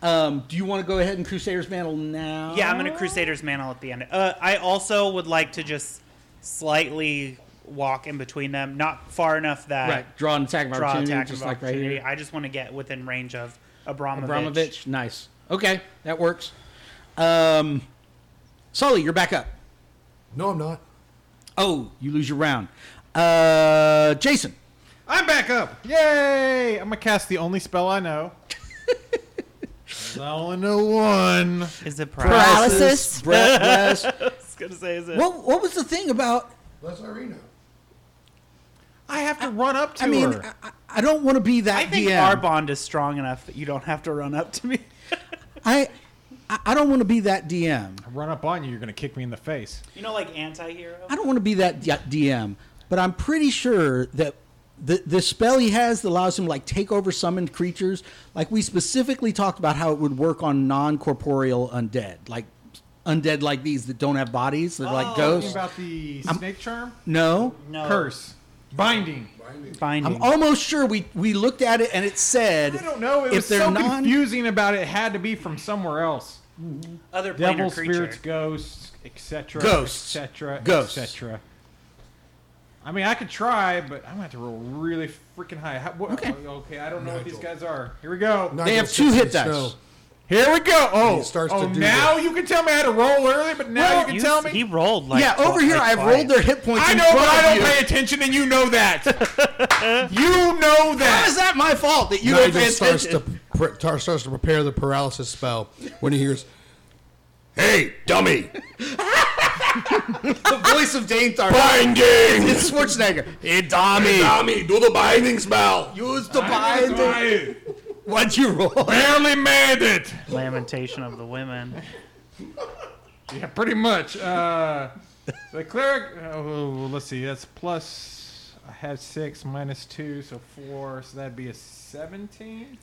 Um, do you want to go ahead and Crusaders Mantle now?
Yeah, I'm gonna Crusader's Mantle at the end. Uh, I also would like to just slightly walk in between them, not far enough that
Right, draw an attack of
draw
opportunity,
attack
just
of
like right
opportunity.
here.
I just want to get within range of Abramovich.
Abramovich, nice. Okay, that works. Um, Sully, you're back up.
No, I'm not.
Oh, you lose your round. Uh, Jason,
I'm back up. Yay! I'm gonna cast the only spell I know. I only know one.
Is it
Pra-
Pride?
Paralysis.
breathless. [laughs]
I was gonna say, is it?
what What was the thing about?
Les Arena.
I have to run up to
I mean, uh,
her.
I, I- I don't want to be that
I think
DM.
our bond is strong enough that you don't have to run
[laughs]
up to me.
I I I don't want to be that DM.
run up on you, you're gonna kick me in the face.
You know, like anti-hero.
I don't want to be that d- DM, but I'm pretty sure that the the spell he has that allows him like take over summoned creatures, like we specifically talked about how it would work on non corporeal undead, like undead like these that don't have bodies, they're like
Talking
ghosts.
about the snake charm,
no.
No.
curse, binding.
Binding.
I'm almost sure we we looked at it and it said
I don't know. It
if
was
they're
so
non
confusing about it. it. Had to be from somewhere else.
Other planar
Devil,
creature.
spirits, ghosts, etc.
Ghosts.
etc.
Ghosts.
etc. I mean, I could try, but I'm gonna have to roll really freaking high. How, what, oh, okay. I don't know what these
Nigel.
guys are. Here we go.
they have two hit dice.
Here we go. Oh,
It starts
oh
to do
now you can tell me how to roll early, but now
Well,
you can tell me.
He rolled like
yeah, over
twi-
here
like
I've
twice.
rolled their hit points.
I
in
know, but
front
I
of
don't
you.
pay attention, and you know that. you know
How is
that.
that my fault that you don't
Nigel
pay
starts
attention?
to, pre- tar- starts to prepare the paralysis spell when he hears, "Hey, dummy,
the voice of Dane Thar. [laughs]
binding,
It's Schwarzenegger.
Hey, Tommy,
dummy, do the binding spell."
Use the bind. What'd you roll?
Barely made it.
Lamentation of
[laughs]
the Women.
Yeah, pretty much. Uh, [laughs] the cleric. Oh, let's see. That's plus. I have six minus two, so four. So that'd be a seventeen.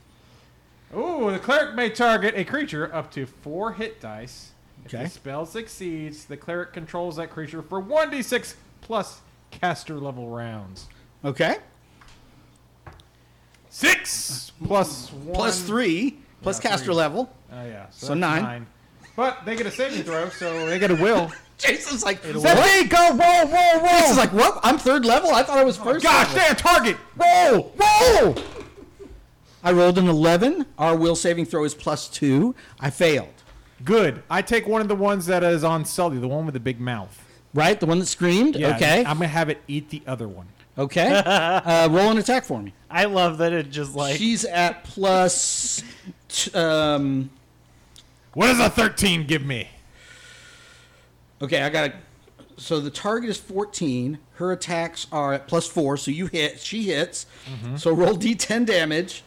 Oh, the cleric may target a creature up to four hit dice. If
Okay.
the spell succeeds, the cleric controls that creature for one d six plus caster level rounds.
Okay.
Six [laughs] plus one.
Plus three, plus
Yeah,
caster
three.
level.
Oh yeah. So,
So
that's
nine.
But they get a saving throw, so they get a will.
Jason's like, what?
Seventeen. Go! Whoa! Whoa! Whoa!
Jason's like, what? I'm third level? I thought I was first.
Gosh,
level.
damn target!
Roll! Roll! I rolled an 11. Our will saving throw is plus two. I failed.
Good. I take one of the ones that is on Sully, the one with the big mouth.
Right? The one that screamed?
Yeah,
okay.
I'm gonna have it eat the other one. [laughs]
okay. Uh, roll an attack for me.
I love that it just like
She's at plus. T- um,
What does a 13 give me?
Okay, I got to. So the target is 14. Her attacks are at plus four. So you hit. She hits. So roll d10 damage.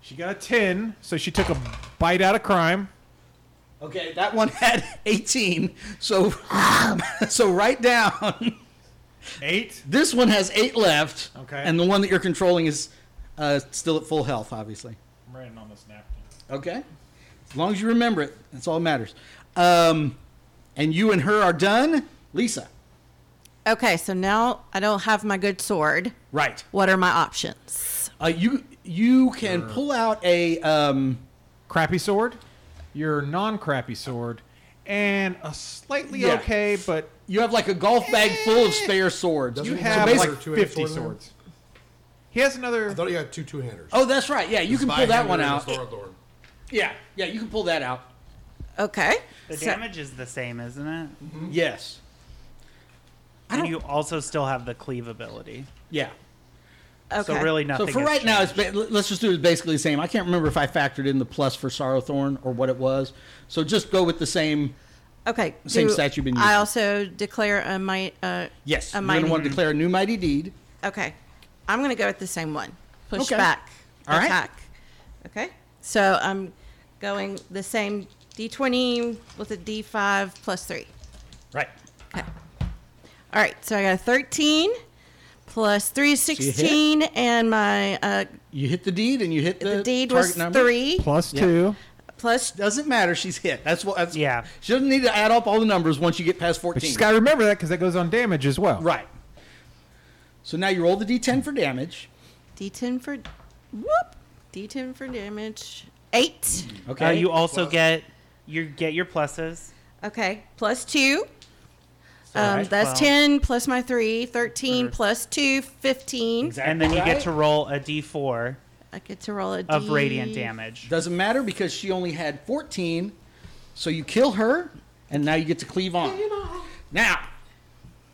She got a 10, so she took a bite out of crime.
Okay, that one had 18. So [laughs] so right down.
Eight.
This one has eight left.
Okay.
And the one that you're controlling is uh, still at full health, obviously.
I'm writing on this napkin.
Okay. As long as you remember it, that's all that matters. Um, and you and her are done, Lisa.
Okay, so now I don't have my good sword.
Right.
What are my options?
Uh, you you can pull out a. Um,
Crappy sword, your non-crappy sword, and a slightly
Yeah.
okay, but
You have like a golf bag full of spare swords.
you
Doesn't he
have
have
like
another two-handed
50
sword in there?
swords. He has another.
I thought he had two two-handers.
oh, that's right. Yeah, you can pull that one out.
Sword Lord.
Yeah, yeah, you can pull that out.
Okay.
the
so-
damage is the same, isn't it?
Yes.
And you also still have the cleave ability.
Yeah.
okay.
So really nothing.
so for
has
right now, it's
changed.
ba- let's just do it basically the same. I can't remember if I factored in the plus for Sorrowthorn or what it was. So just go with the same.
Okay.
Same
do
stat you've been
I
using.
also declare a might. Uh,
Yes,
A
you're going
mighty.
to want to declare a new mighty deed.
Okay. I'm gonna go with the same one. Push
Okay.
back.
All right.
attack. Okay. So I'm going the same d20 with a d5 plus 3.
Right.
All right, so I got a 13 plus 3 is 16, and my uh,
You hit the deed and you hit the,
the deed
target
was
number.
3
Plus two.
plus
Doesn't matter. She's hit. That's what. That's,
Yeah.
She doesn't need to add up all the numbers once you get past
But you
fourteen.
just gotta remember that because that goes on damage as well.
right.
Uh,
So now you roll the d10 for damage.
d10 for whoop, d10 for damage. 8.
Okay.
Uh, you also get you get your pluses.
Okay, plus 2. Um,
Alright,
that's
well-
10 plus my 3, 13 plus 2, 15.
and then you
right.
get to roll a d4
I get to roll a
of
D-
radiant damage.
Doesn't matter because she only had 14. So you kill her, and now you get to cleave on. Now,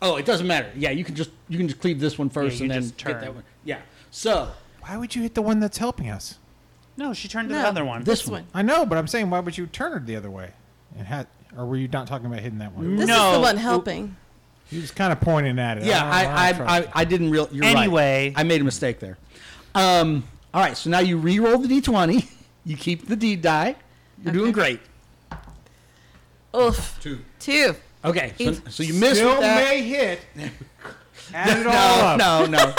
oh, it doesn't matter. Yeah, you can just you can just cleave this one first,
you
and then
just
get that
turn.
one. Yeah. So
Why would you hit the one that's helping us?
No, she turned to
No.
the other one.
this,
This
one.
one.
I know, but I'm saying why would you turn her the other way? And had, or were you not talking about hitting that
Mm.
one?
This is
No.
the one helping.
You just kind of pointing at it.
Yeah,
don't know,
I I,
don't
I,
Oh, trust
I didn't real. You're
Anyway.
right. I made a mistake there. Um. All right. So now you re-roll the d20. [laughs] You keep the d die. You're doing great.
Oof.
Two.
Two.
Okay. So,
Eight.
so you
you.
missed
Still
with that.
may
[laughs]
hit. Add it all
no,
up.
no, no.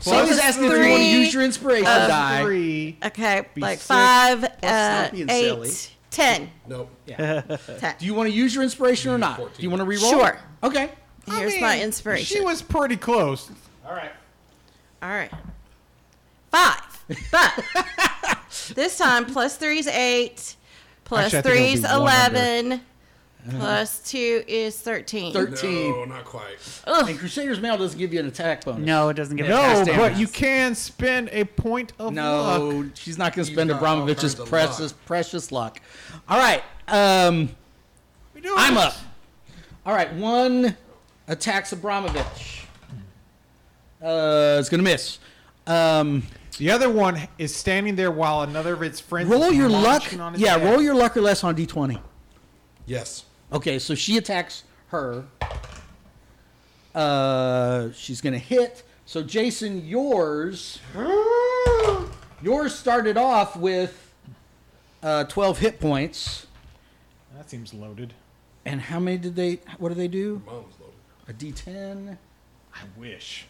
So I was asking if you want to
three,
use your inspiration
Plus
die.
Three.
Okay, like
six.
five,
stop
uh,
being silly.
eight, ten.
Nope.
Uh,
Ten.
Do you want to use your inspiration or not? Do you want to re-roll?
Sure.
Okay.
I
Here's
mean,
my
She
inspiration.
was pretty close.
All right. Five. But
[laughs]
this time, plus three is eight, plus
Actually, I think
three
it'll
is
be one under. Uh-huh.
11, plus two is 13.
Thirteen.
No, not quite.
And Crusader's Mail doesn't give you an attack bonus.
no, it doesn't give it
No,
a
damage.
but you can spend a point of
No,
luck.
she's not going to
You've
spend
got all
Abramovich's
kinds of
precious, precious luck. All right. Um,
We do
I'm
it.
up. All right. One attacks Abramovich. Uh, it's going to miss. Um,
The other one is standing there while another of its friends.
roll
is
your luck.
launching on its
Yeah,
back.
roll your luck or less on d20.
Yes.
Okay, so she attacks her. Uh, she's gonna hit. So Jason, yours, yours started off with uh, twelve hit points.
That seems loaded.
And how many did they? What do they do?
Mom's loaded.
A D10.
I wish.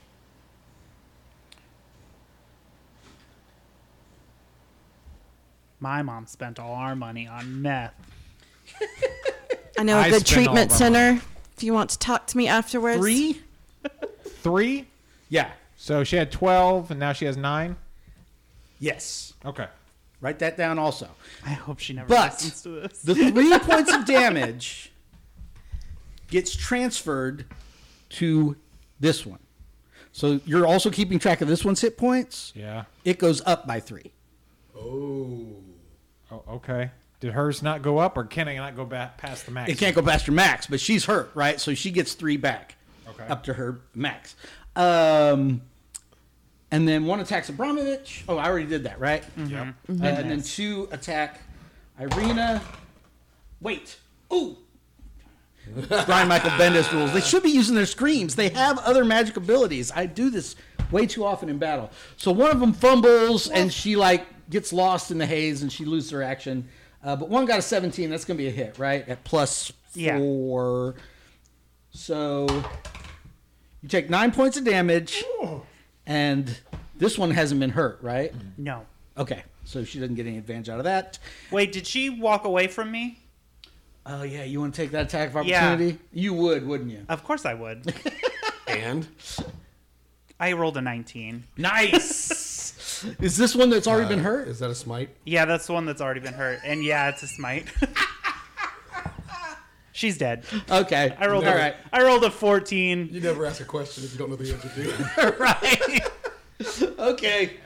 My mom spent all our money on meth.
I know a
I spend
good
all
treatment
of mine.
center. If you want to talk to me afterwards.
Three.
Three.
Yeah.
So she had twelve, and now she has nine.
Yes.
Okay.
Write that down also.
I hope she never
But-
listens to this.
The
[laughs]
three points of damage gets transferred to this one. So you're also keeping track of this one's hit points.
Yeah.
It goes up by three.
Oh.
Oh, okay. Did hers not go up, or can it not go back past the max?
It can't go past her max, but she's hurt, right? So she gets three back
Okay.
up to her max. Um, and then one attacks Abramovich. Oh, I already did that, right?
Yep.
Uh, and then two attack Irina. Wait. Ooh. [laughs] Brian Michael Bendis rules. They should be using their screams. They have other magic abilities. I do this way too often in battle. So one of them fumbles and she like gets lost in the haze and she loses her action. Uh, but one got a 17. That's going to be a hit, right? At plus
Yeah.
four. So you take nine points of damage. And this one hasn't been hurt, right?
No.
Okay, so she doesn't get any advantage out of that.
Wait, did she walk away from me?
Oh yeah, you want to take that attack of
Yeah.
opportunity? You would, wouldn't you?
Of course I would.
[laughs]
And
I rolled a 19.
Nice. Is this one that's already
Uh,
been hurt?
is that a smite?
[laughs] Yeah, that's the one that's already been hurt. And yeah, it's a smite. [laughs] She's dead.
Okay,
I rolled
All
a,
right,
I rolled a 14.
You never ask a question if you don't know the answer to.
right. okay,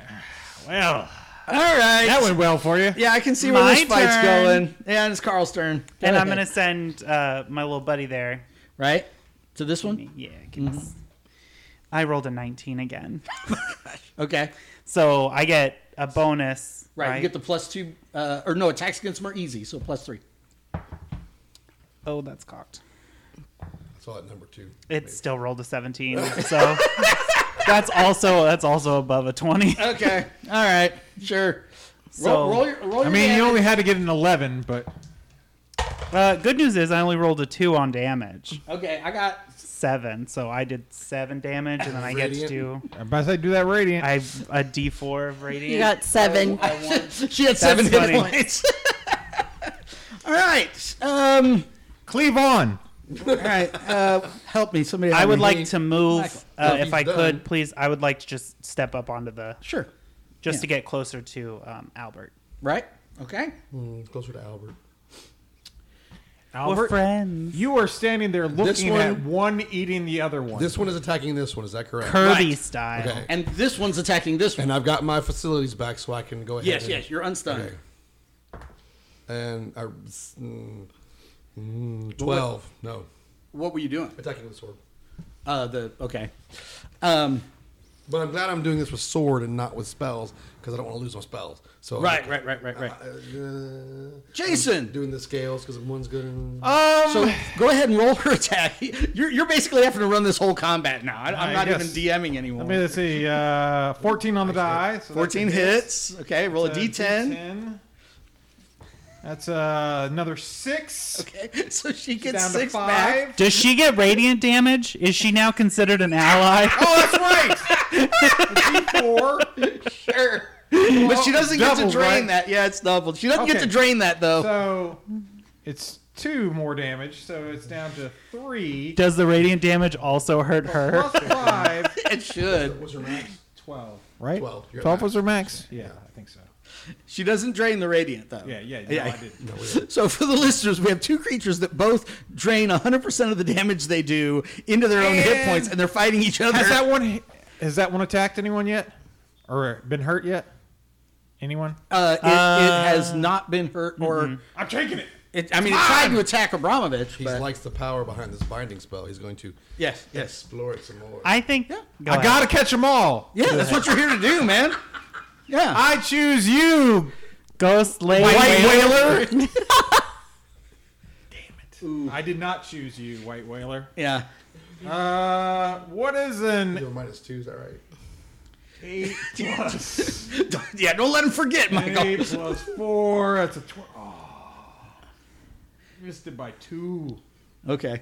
Well,
all right.
that went well for you.
Yeah, I can see where this
My
fight's
turn.
going. Yeah, and it's Carl's turn. Go
and I'm
ahead.
going to send uh, my little buddy there.
right to this one.
Yeah, give me
Mm-hmm.
s- I rolled a 19 again.
Okay,
So I get a bonus.
right.
Right.
You get the plus two, uh, or no, attacks against them are easy, so plus three.
oh, that's cocked.
I saw it number two.
It still rolled
[laughs]
a 17. So
[laughs]
that's also that's also above a 20.
Okay, all right, sure.
So
roll, roll your, roll
I
your
mean, you
damage.
only had to get an 11, but
Uh, good news is I only rolled a two on damage,
Okay, I got.
seven. So I did seven damage, and then I get to do
I'm about to say do that radiant.
I a D four of radiant.
You got seven.
She had seven hit
funny.
points. all right. Um,
Cleave on.
all right. Uh, help me. Somebody.
I
help
would
me.
like to move uh,
Well,
if
he's
I
done.
could, please. I would like to just step up onto the
Sure.
just
Yeah.
to get closer to um, Albert.
Right. Okay.
Mm, closer to Albert.
We're friends.
You are standing there looking
one-
at one eating the other one.
This one is attacking this one. Is that correct?
Kirby
Right.
style.
Okay.
And this one's attacking this one.
And I've got my facilities back, so I can go ahead.
Yes.
and-
Yes. You're unstunned.
Okay. And I, mm, mm, twelve. No,
What were you doing?
attacking with sword.
Uh, the okay. Um,
But I'm glad I'm doing this with sword and not with spells because I don't want to lose my spells. So
right. Right. Right. Right. Right.
Uh,
Jason.
doing the scales because one's good. And,
Uh,
Um,
So [laughs] go ahead and roll her attack. You're, you're basically having to run this whole combat now. I, I'm
I
not
guess.
even DMing anymore.
I mean, let's see. Uh, 14 on the die. so that's
14
a
hits. Okay, roll a
That's a
d10.
D10. That's uh, another six.
Okay, so she gets
Down to
six
five.
back.
Does she get radiant damage? Is she now considered
[laughs]
an ally?
Oh,
[laughs]
that's right. Four.
Sure. But she doesn't get to
doubled,
drain
right?
that. Yeah, it's doubled. She doesn't get
Okay.
to drain that, though.
So it's two more damage. So it's down to three.
Does the radiant damage also hurt her?
Plus five.
it should.
what's your max?
Twelve. Right.
12, you're at
Twelve
max.
was her max. Yeah, I think so.
She doesn't drain the radiant, though.
Yeah, yeah. No,
Yeah.
I didn't.
So [laughs] for the listeners, we have two creatures that both drain 100% of the damage they do into their own hit
And-
points, and they're fighting each other.
Has that one? Has that one attacked anyone yet? Or been hurt yet? Anyone?
uh, it, it has not been hurt, or
I'm taking it.
it, I mean, it tried to attack Abramovich.
He
but-
likes the power behind this binding spell. He's going to
yes, yes.
explore it some more.
I think. Go
I
ahead.
gotta catch them all.
Yeah, that's what you're here to do, [laughs] man. Yeah.
I choose you,
Ghost Lady.
White Whaler.
Ooh.
I did not choose you, White Whaler.
[laughs] Yeah.
Uh, what is
You
an
have a minus two, is that right?
eight [laughs] plus
Don't- [laughs] yeah, don't let him forget,
eight
Michael.
plus four? That's a twelve. Oh, missed it by two.
[laughs] Okay.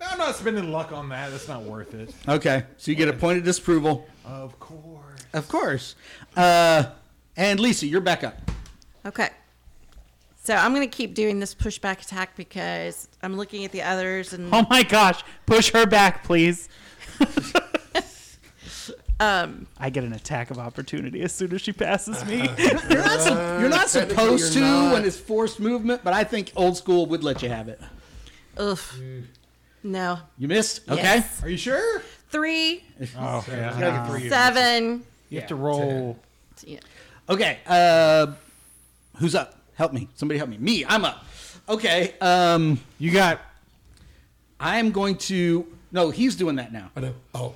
No, I'm not spending luck on that. That's not worth it.
Okay. So you get a point of disapproval.
Of course.
Of course. Uh, and Lisa, you're back up.
Okay. So I'm gonna keep doing this pushback attack because I'm looking at the others and
Oh my gosh! Push her back, please.
um
I get an attack of opportunity as soon as she passes
[laughs]
me.
You're not, sup- you're not
Uh, technically
supposed
you're
to
not.
when it's forced movement, but I think old school would let you have it.
ugh. No.
You missed? Okay.
Yes.
Are you sure?
Three,
Oh, yeah.
seven.
You have to roll.
Yeah.
Okay. Uh, who's up? Help me. Somebody help me. Me. I'm up. Okay. Um,
You got.
I'm going to. No, he's doing that now.
I know. Oh,
oh,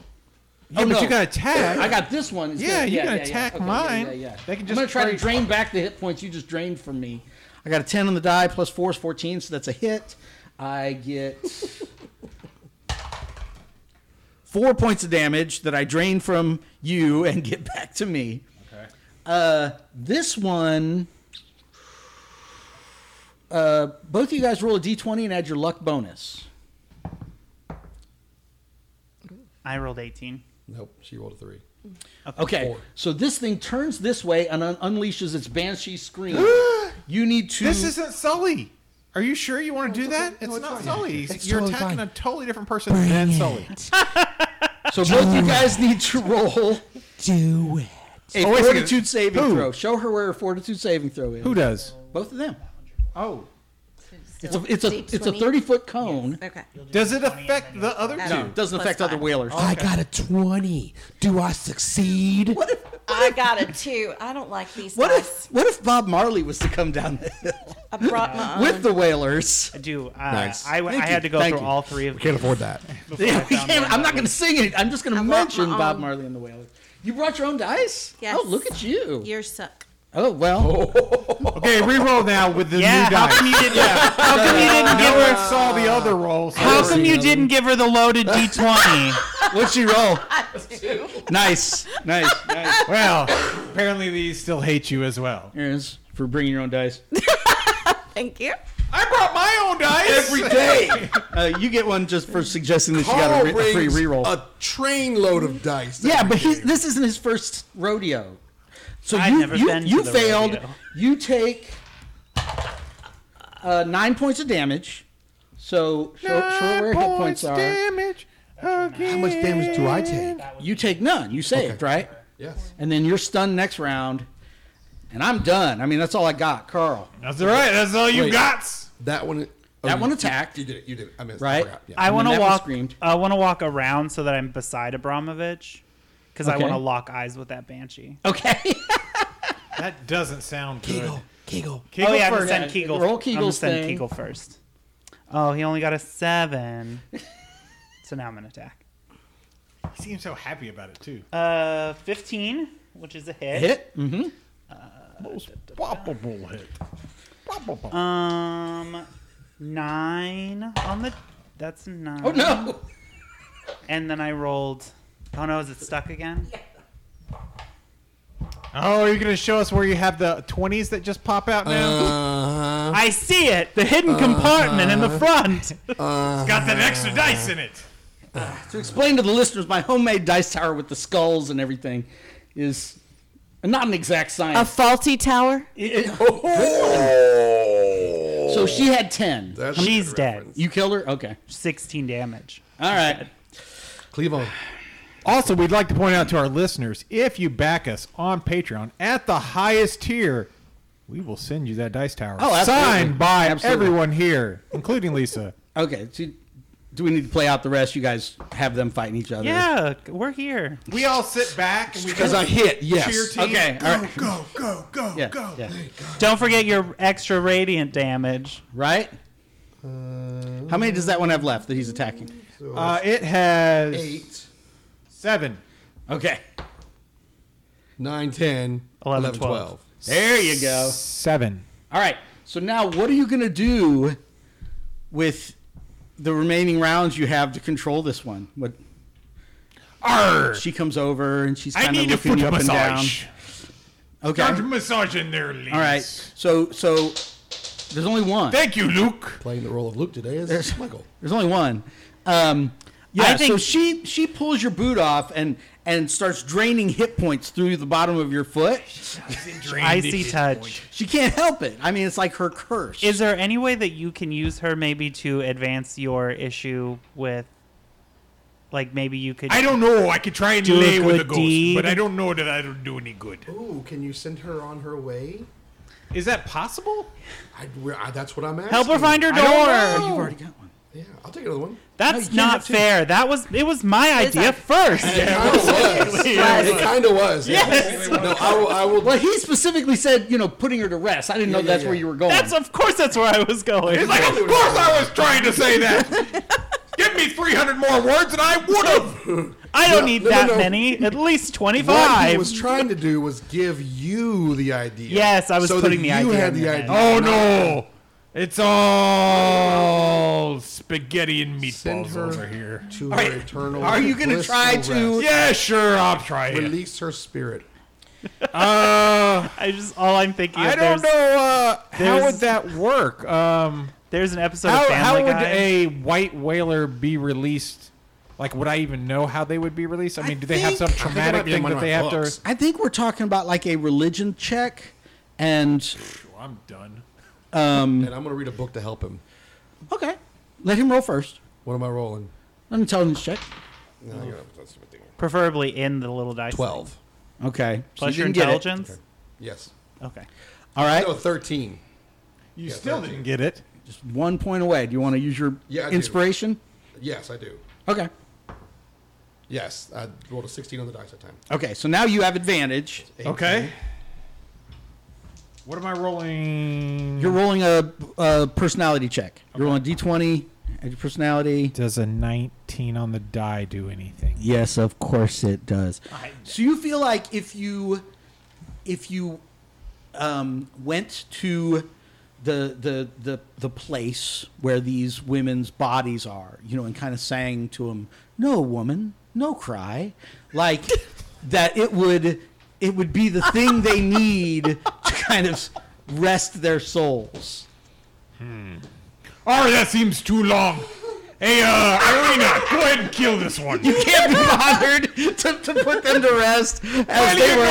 but
no.
you got attack.
I got this one. instead.
Yeah, you can attack
Okay,
mine.
Yeah, yeah, yeah.
They can
I'm
just
gonna try to
trade-
drain back the hit points you just drained from me. I got a ten on the die plus four is fourteen, so that's a hit. I get [laughs] four points of damage that I drain from you and get back to me.
Okay.
Uh, this one. Uh, both of you guys roll a d20 and add your luck bonus.
I rolled 18.
nope. She rolled a three.
Okay,
Four.
so this thing turns this way and un- unleashes its banshee
[gasps]
scream. you need to.
[gasps] This isn't Sully. Are you sure you want to do that? It's not Sully. You're
totally
attacking
fine.
a totally different person than Sully.
So both
[laughs]
you guys need to roll
Do it.
a
Oh, wait a second.
fortitude saving
Who?
throw. Show her where her fortitude saving throw is.
Who does?
Both of them.
Oh.
It's a it's a it's a
D20?
thirty foot cone.
Okay.
Does it affect the other two?
No, it doesn't
Plus
affect other
five.
whalers.
I got a 20. Do I succeed?
What if
I got it too. I don't like these.
what
dice.
if what if Bob Marley was to come
[laughs]
down [laughs] the hill
I brought my own.
with the whalers?
[laughs]
I do. Uh,
Nice.
I, I
Thank
had
you,
to go
thank
through
you.
all three [laughs] of
Can't afford that.
Yeah, we can't, I'm not going to sing it. I'm just going to
I brought
mention
my
Bob
own.
Marley and the whalers. You brought your own dice.
Yes.
Oh, look at you.
Yours suck.
Oh well.
Okay, reroll now with the
Yeah,
new
how
die.
come you didn't? How come you didn't
No
give
one
her?
saw the other roll. So
How come you didn't give her the loaded
[laughs]
D twenty?
[laughs] What'd she roll? nice, nice.
Well, Apparently, these still hate you as well.
There it is, for bringing your own dice.
Thank you.
I brought my own dice
Every
[laughs]
day,
[laughs] Uh, you get one just for suggesting that you got
Carl
a, re- a free
brings
reroll.
a trainload of dice.
yeah,
every
but he,
game.
this isn't his first rodeo. So
I've
you
never
you,
been to
you
the
failed.
rodeo.
You take uh, nine points of damage. So show, show where hit points are.
damage.
how much damage do I take?
You take none. You saved, right?
Yes.
And then you're stunned next round. And I'm done. I mean, that's all I got, Carl.
That's all right. That's all you
Wait.
got.
That one. oh,
That
you-
one attacked.
You did it. You did it. I missed.
Right?
I forgot. Yeah.
I
And
want
then
to
that one
walk.
screamed.
I want to walk around so that I'm beside Abramovich, because I
Okay.
want to lock eyes with that banshee.
[laughs] Okay.
That doesn't sound good.
Giggle, giggle.
Kegel oh yeah,
first.
I'm gonna send Kegel.
Roll
I'm gonna
Kegel's
send
thing.
Kegel first. Oh, he only got
[laughs]
a seven. so now I'm gonna attack.
He seems so happy about it too.
Uh, fifteen, which is a hit.
Hit. Mm.
Poppable hit.
Um, nine on the. That's a nine.
Oh, no.
And then I rolled. Oh no, is it stuck again?
Oh, are you gonna show us where you have the twenties that just pop out now?
I see it. The hidden compartment in the front.
Uh.
it's got that extra dice in it.
To explain to the listeners, my homemade dice tower with the skulls and everything is not an exact
A
science.
faulty tower.
so she had 10.
That's a
She's
good
dead.
reference.
You killed her? Okay.
Sixteen damage.
All right.
Cleveland.
Also, we'd like to point out to our listeners if you back us on Patreon at the highest tier, we will send you that dice tower.
Oh, absolutely.
Signed by
Absolutely.
everyone here, including Lisa.
Okay. So do we need to play out the rest? You guys have them fighting each other.
Yeah, we're here.
We all sit back and we
Because I hit. Yes.
Okay. All right.
Go, go, go,
Yeah,
go.
yeah.
Don't forget your extra radiant damage.
Right? How many does that one have left that he's attacking?
Uh, it has
Eight,
seven.
Okay.
nine, ten,
Eleven,
eleven,
twelve.
twelve.
There you go.
Seven.
All right. So now, what are you going to do with the remaining rounds you have to control this one? What?
Arr!
She comes over and she's
I
kind of
need a
looking
foot
you up
massage.
and down.
Start
Okay.
massaging their leaves.
All right. So so there's only one.
Thank you, Luke.
Playing the role of Luke today is Michael.
There's only one. Um, yeah.
I think-
so she she pulls your boot off and and starts draining hit points through the bottom of your foot.
Icy touch.
She can't help it. I mean, it's like her curse.
Is there any way that you can use her maybe to advance your issue with, like maybe you could?
I don't know. I could try and
Do a
lay with
good
a ghost,
deed.
but I don't know that I don't do any good.
Ooh, can you send her on her way?
Is that possible?
I'd re- I, that's what I'm asking.
help her find her
I don't
door.
know.
Oh, You've already got one.
Yeah, I'll take another one.
That's
No, you
not
have to.
fair. That was it was my
It's
idea
not-
first.
Yeah, it kind of was. Yes. No, I will. I will
Well, he specifically said, you know, putting her to rest. I didn't know
yeah,
that's
yeah.
where you were going.
That's of course that's where I was going.
It's like, of course I was trying to say that. Give me 300 more words and I would have.
I don't
No,
need
no, no,
that
no.
many. At least twenty
What he
five.
was trying to do was give you the idea.
Yes, I was
so that
putting the
You
idea
had
in
the
your
idea.
head.
Oh no. It's all spaghetti and
Send
meatballs
her
over here.
to
right.
her eternal.
Are you gonna
blissful
try
rest.
to-
Yeah, sure, I'll try it.
release her spirit?
Uh,
I just all I'm thinking.
I
Of,
don't
there's,
know. Uh, how
there's-
would that work? Um,
There's an episode of
how, how
Family
would
Guy.
a white whaler be released? Like, would I even know how they would be released? I mean, do they have some
think- I
think it might
traumatic
be in
thing
one
that
of
they
my
have
books.
to?
I think we're talking about like a religion check, and
I'm done.
And I'm gonna read a book to help him.
okay, let him roll first.
What am I rolling?
An intelligence check.
No, I gotta- that's the thing.
preferably in the little dice.
Twelve.
Okay, so
Plus
you
your
didn't get it.
intelligence.
Yes.
Okay.
All right,
No, thirteen.
You
Yeah,
still
thirteen.
didn't get it.
just one point away. Do you want to use your
Yeah, I do.
inspiration?
Yes, I do.
Okay.
Yes, I rolled a sixteen on the dice that time.
Okay, so now you have advantage.
Okay. What am I rolling?
You're rolling a, a personality check. You're rolling d d20 at your personality.
Does a 19 on the die do anything?
Yes, of course it does. So you feel like if you if you um, went to the, the the the place where these women's bodies are, you know, and kind of sang to them, "No woman, no cry," like that it would it would be the thing they need to kind of rest their souls.
Oh, that seems too long. Hey, uh, Irina, go ahead and kill this one.
You can't be bothered to, to put them to rest as
How do
they
you
were.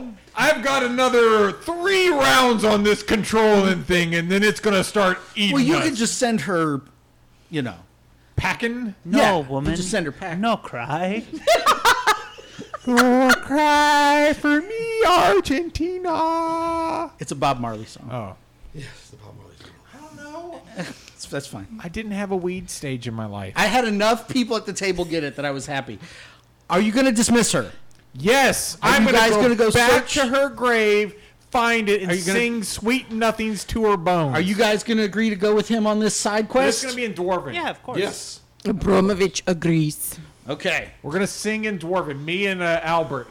know? I've got another three rounds on this controlling thing, and then it's gonna start eating
Well, you
us.
could just send her, you know.
packing.
No,
Yeah,
woman.
just send her pack.
No cry.
Cry for me, Argentina.
It's a Bob Marley song.
Oh,
Yes, the problem is-
That's, that's fine.
I didn't have a weed stage in my life.
I had enough people at the table get it that I was happy. Are you going to dismiss her?
Yes, I'm
you
gonna
guys
go
gonna go
back
search?
to her grave, find it, and
Are you gonna-
sing sweet nothings to her bones.
Are you guys going to agree to go with him on this side
It's
quest?
gonna be in
[laughs]
dwarven.
yeah, of course.
Yes.
Abramovich agrees.
okay.
we're gonna sing in dwarven. Me and uh, Albert.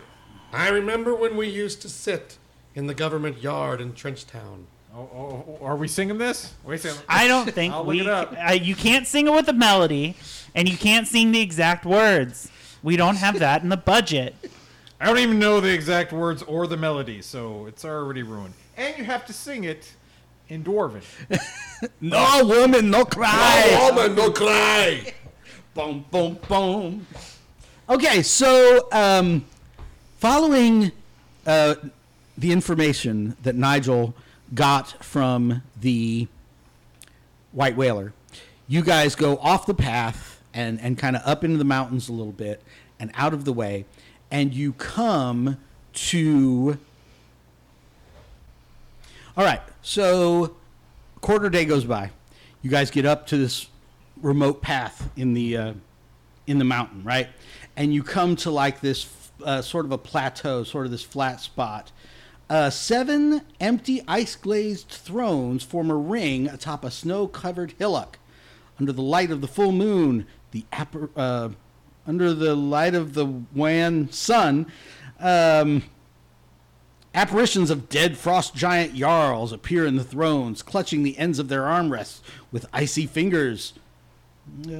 I remember when we used to sit in the government yard in Trenchtown.
Oh, oh, oh, are we singing this? Wait a second.
I don't think
I'll look
we.
it up.
Uh, you can't sing it with a melody, and you can't sing the exact words. We don't have that in the
[laughs]
budget.
I don't even know the exact words or the melody, so it's already ruined. And you have to sing it in dwarven.
No woman, no cry.
woman, no cry.
Boom, boom, boom. Okay, so um, following uh, the information that Nigel got from the white whaler, you guys go off the path and, and kind of up into the mountains a little bit and out of the way, and you come to. All right, so quarter day goes by. You guys get up to this remote path in the uh, in the mountain, right? And you come to like this uh, sort of a plateau, sort of this flat spot. Uh, seven empty ice glazed thrones form a ring atop a snow covered hillock. Under the light of the full moon, the appar- uh, under the light of the wan sun, um, Apparitions of dead frost giant jarls appear in the thrones, clutching the ends of their armrests with icy fingers. Uh,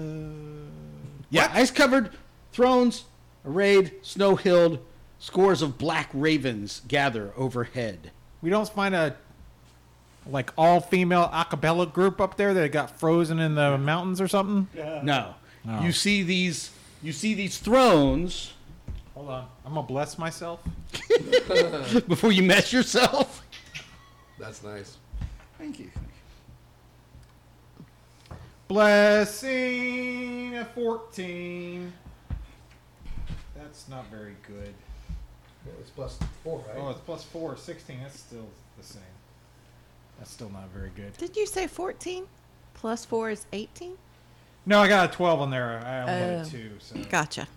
yeah, ice covered thrones, arrayed, snow hilled, scores of black ravens gather overhead.
We don't find a like all female a cappella group up there that got frozen in the mountains or something.
Uh.
No. You see these you see these thrones [laughs]
Hold on, I'm gonna bless myself.
before you mess yourself.
That's nice.
Thank you.
Blessing a fourteen. That's not very good.
Well, it's plus four, right?
Oh, it's plus four, 16. That's still the same. That's still not very good.
Did you say 14? Plus 4 is 18?
No, I got a 12 on there. I only had
Oh.
a two. So.
Gotcha.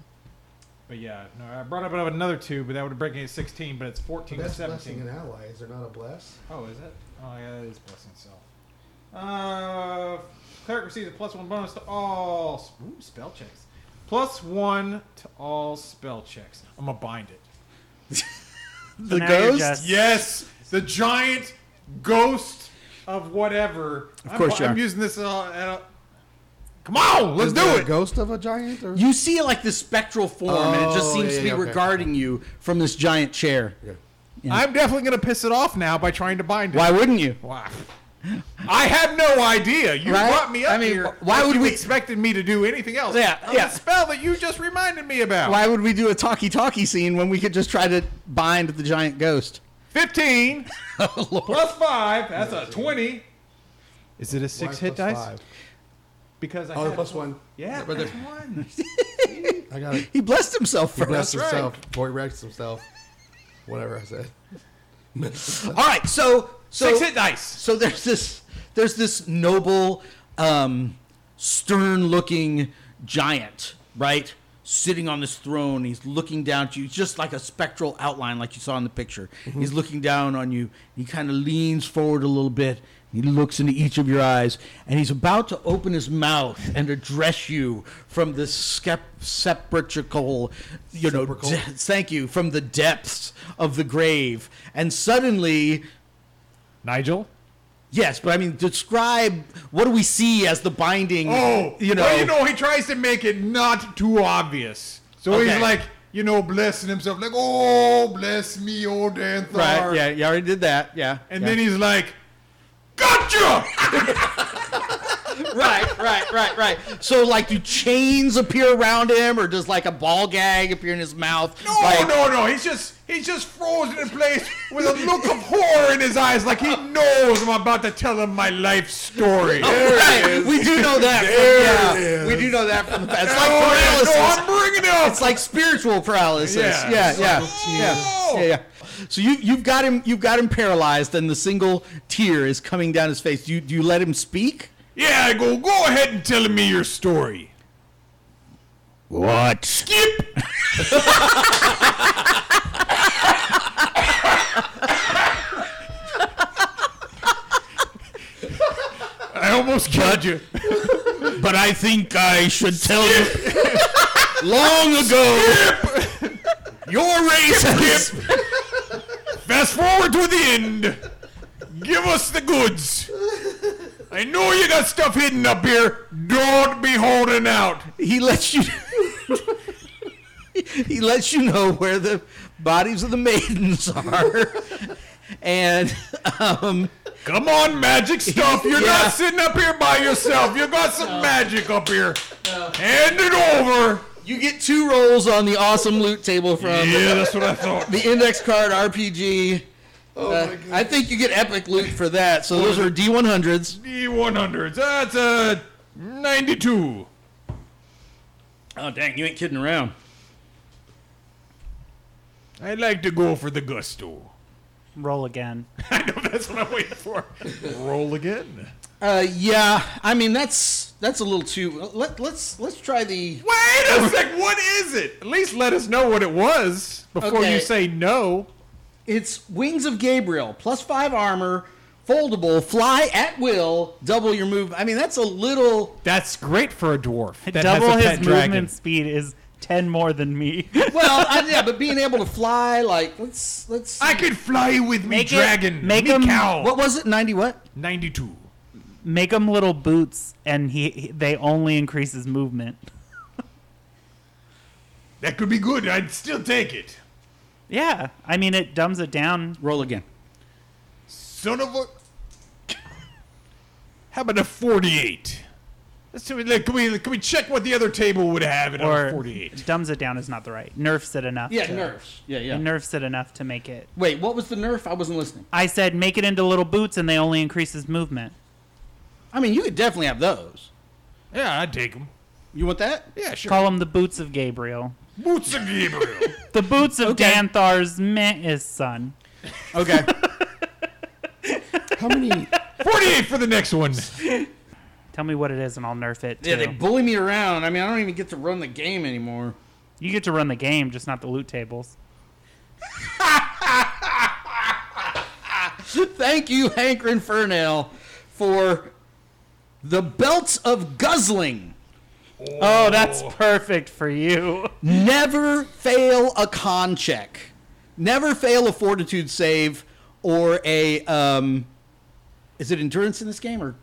But yeah, no, I brought up another two, but that would break it at 16, but it's 14 to
That's
17.
blessing an ally. Is there not a bless?
Oh, is it? Oh, yeah, that is blessing itself. Uh, cleric receives a plus one bonus to all s- ooh, spell checks. Plus one to all spell checks. I'm gonna bind it.
The
now you're
ghost?
just-
Yes, the giant ghost of whatever. Of
course you
I'm, I'm
are.
using this. Uh, uh, come on, let's
is
do
there
it.
a ghost of a giant? Or?
You see like this spectral form and it just
Oh,
seems
yeah,
to be
yeah, okay.
regarding you from this giant chair.
Yeah.
I'm definitely gonna piss it off now by trying to bind it.
Why wouldn't you?
Wow. I had no idea. You
Right?
brought me up
I mean,
here.
wh- why
like
would
you
we-
expected me to do anything else?
Yeah,
on
yeah.
The spell that you just reminded me about.
Why would we do a talkie talkie scene when we could just try to bind the giant ghost? [laughs]
Fifteen
Oh,
plus five. That's a twenty. Is it a
Why
six hit
plus
dice?
five?
Because I
Oh,
had
plus one.
Yeah,
but
[laughs] plus
[laughs]
they're-
one.
I got it.
He blessed himself
He
first.
blessed
That's right.
himself. Boy wrecks himself. Whatever I said.
All right, so so
six hit dice.
so there's this there's this noble, um, stern-looking giant, right, sitting on this throne. He's looking down at you, just like a spectral outline, like you saw in the picture. He's looking down on you. He kind of leans forward a little bit. He looks into each of your eyes, and he's about to open his mouth and address you from the skep- sepulchral, you know,
Sepulchral?
de- thank you, from the depths of the grave. And suddenly,
Nigel.
Yes, but I mean, describe what do we see as the binding?
Oh,
you know,
well, you know, he tries to make it not too obvious. So he's
Okay.
like, you know, blessing himself like, "Oh, bless me, oh Danthar."
Right. Yeah. You already did that. Yeah.
And
yeah.
then he's like, "Gotcha!"
right, right, right, right. So like, do chains appear around him, or does like a ball gag appear in his mouth?
No,
Like-
no, no. He's just he's just frozen in place with a look [laughs] of horror in his eyes, like he knows I'm about to tell him my life [laughs] story.
Right, we do know that.
There
from,
it
yeah,
is.
we do know that from the past. It's like
Oh, yeah, no,
paralysis.
I'm bringing it up.
it's like spiritual paralysis.
Yeah.
Yeah, yeah, yeah,
Oh.
yeah, yeah. So you you've got him you've got him paralyzed, and the single tear is coming down his face. Do you do you let him speak?
yeah, I go. Go ahead and tell me your story.
What?
Skip. [laughs] I almost killed you.
But I think I should tell you [laughs] long ago.
Your race, Skip. Fast forward to the end. Give us the goods. I know you got stuff hidden up here. Don't be holding out.
He lets you. he lets you know where the bodies of the maidens are, and um,
Come on,
[laughs]
magic stuff. You're
Yeah.
not sitting up here by yourself. You got some magic up here. Hand it over.
you get two rolls on the awesome loot table from
Yeah, that's what I thought.
Um, the index card RPG. Oh my God. I think you get epic loot for that. So those are D100s.
D100s. That's a 92.
Oh dang, you ain't kidding around.
I'd like to go for the gusto. [laughs]
Roll again.
I know that's what I'm waiting for. Roll again.
Uh, yeah, I mean that's that's a little too. Let let's let's try the.
Wait a sec. What is it? At least let us know what it was before
Okay.
you say no.
It's Wings of Gabriel plus five armor, foldable, fly at will, double your move. I mean that's a little.
That's great for a dwarf. That
Double
has a
his
pet
movement
dragon.
speed is ten more than me. [laughs]
Well, I, yeah, but being able to fly like let's let's.
I could fly with me
Make it-
dragon.
make
me
him-
cow.
what was it? Ninety what?
92.
Make him little boots, and he, he they only increase his movement.
That could be good. I'd still take it.
Yeah, I mean it dumbs it down.
Roll again.
Son of a. [coughs] How about a 48? Let's see, like, can, we, can we check what the other table would have at
Or
a 48?
dumbs it down is not the right. Nerfs it enough.
Yeah,
to,
nerfs. Yeah, yeah.
It nerfs it enough to make it.
Wait, what was the nerf? I wasn't listening.
I said make it into little boots, and they only increase his movement.
I mean, you could definitely have those.
Yeah, I'd take them.
You want that?
Yeah, sure.
Call him the boots of Gabriel.
Boots of Gabriel.
The boots of
Okay.
Danthar's meh is son.
[laughs] Okay.
How many?
48 for the next one.
Tell me what it is, and I'll nerf it. Too.
Yeah, they bully me around. I mean, I don't even get to run the game anymore.
you get to run the game, just not the loot tables.
Thank you, Hank and Fernell, for the belts of guzzling.
Oh, that's perfect for you.
Never fail a con check. Never fail a fortitude save or a um. Is it endurance in this game or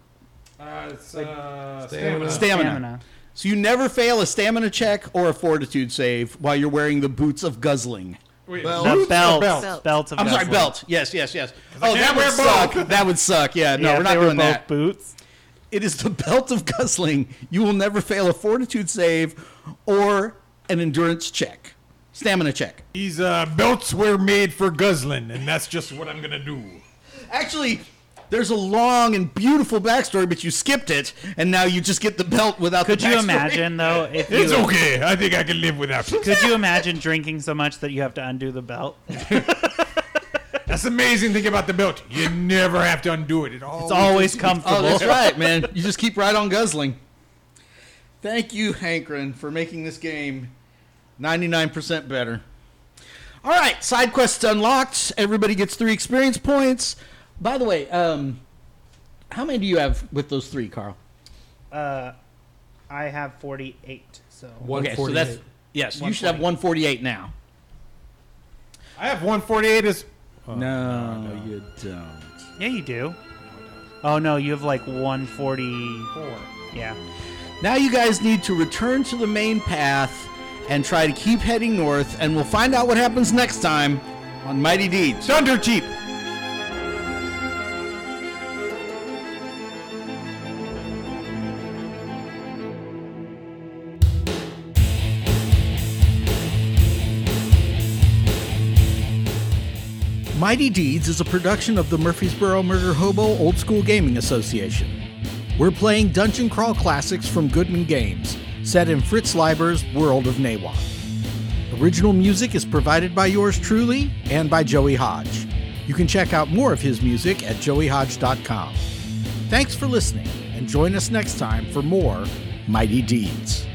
Uh, it's,
stamina? So you never fail a stamina check or a fortitude save while you're wearing the boots of guzzling.
Well,
The belt.
belt?
Belt. Belt of
I'm sorry,
Guzzler.
belt. Yes, yes, yes. Oh,
can't
that would
wear
suck.
both.
That would suck. Yeah, no,
yeah,
we're
if
not
they were
doing
both
that.
boots.
It is the [laughs] belt of guzzling. You will never fail a fortitude save or an endurance check, stamina check.
These uh, belts were made for guzzling, and that's just what I'm gonna do.
Actually, there's a long and beautiful backstory, but you skipped it, and now you just get the belt without
Could
the
you
backstory.
imagine though? If
It's
you,
okay. I think I can live without it.
Could you imagine drinking so much that you have to undo the belt?
That's the amazing thing about the belt. You never have to undo it. It all.
It's always
Oh,
comfortable.
that's right, [laughs] man. You just keep right on guzzling. Thank you, Hankrin, for making this game 99% better. All right, side quests unlocked. Everybody gets three experience points. By the way, um, how many do you have with those three, Carl?
I have 48, so
Okay, so that's
148.
yes. You should have 148 now.
I have 148. Is
no, you don't.
yeah, you do. Oh no, you have like 140.
four.
Yeah,
Now you guys need to return to the main path
and try to keep heading north, and we'll find out what happens next time on Mighty Deeds.
Thunder Jeep.
Mighty Deeds is a production of the Murfreesboro Murder Hobo Old School Gaming Association. We're playing dungeon crawl classics from Goodman Games, set in Fritz Leiber's World of Nawa. Original music is provided by yours truly and by Joey Hodge. You can check out more of his music at joeyhodge.com. Thanks for listening, and join us next time for more Mighty Deeds.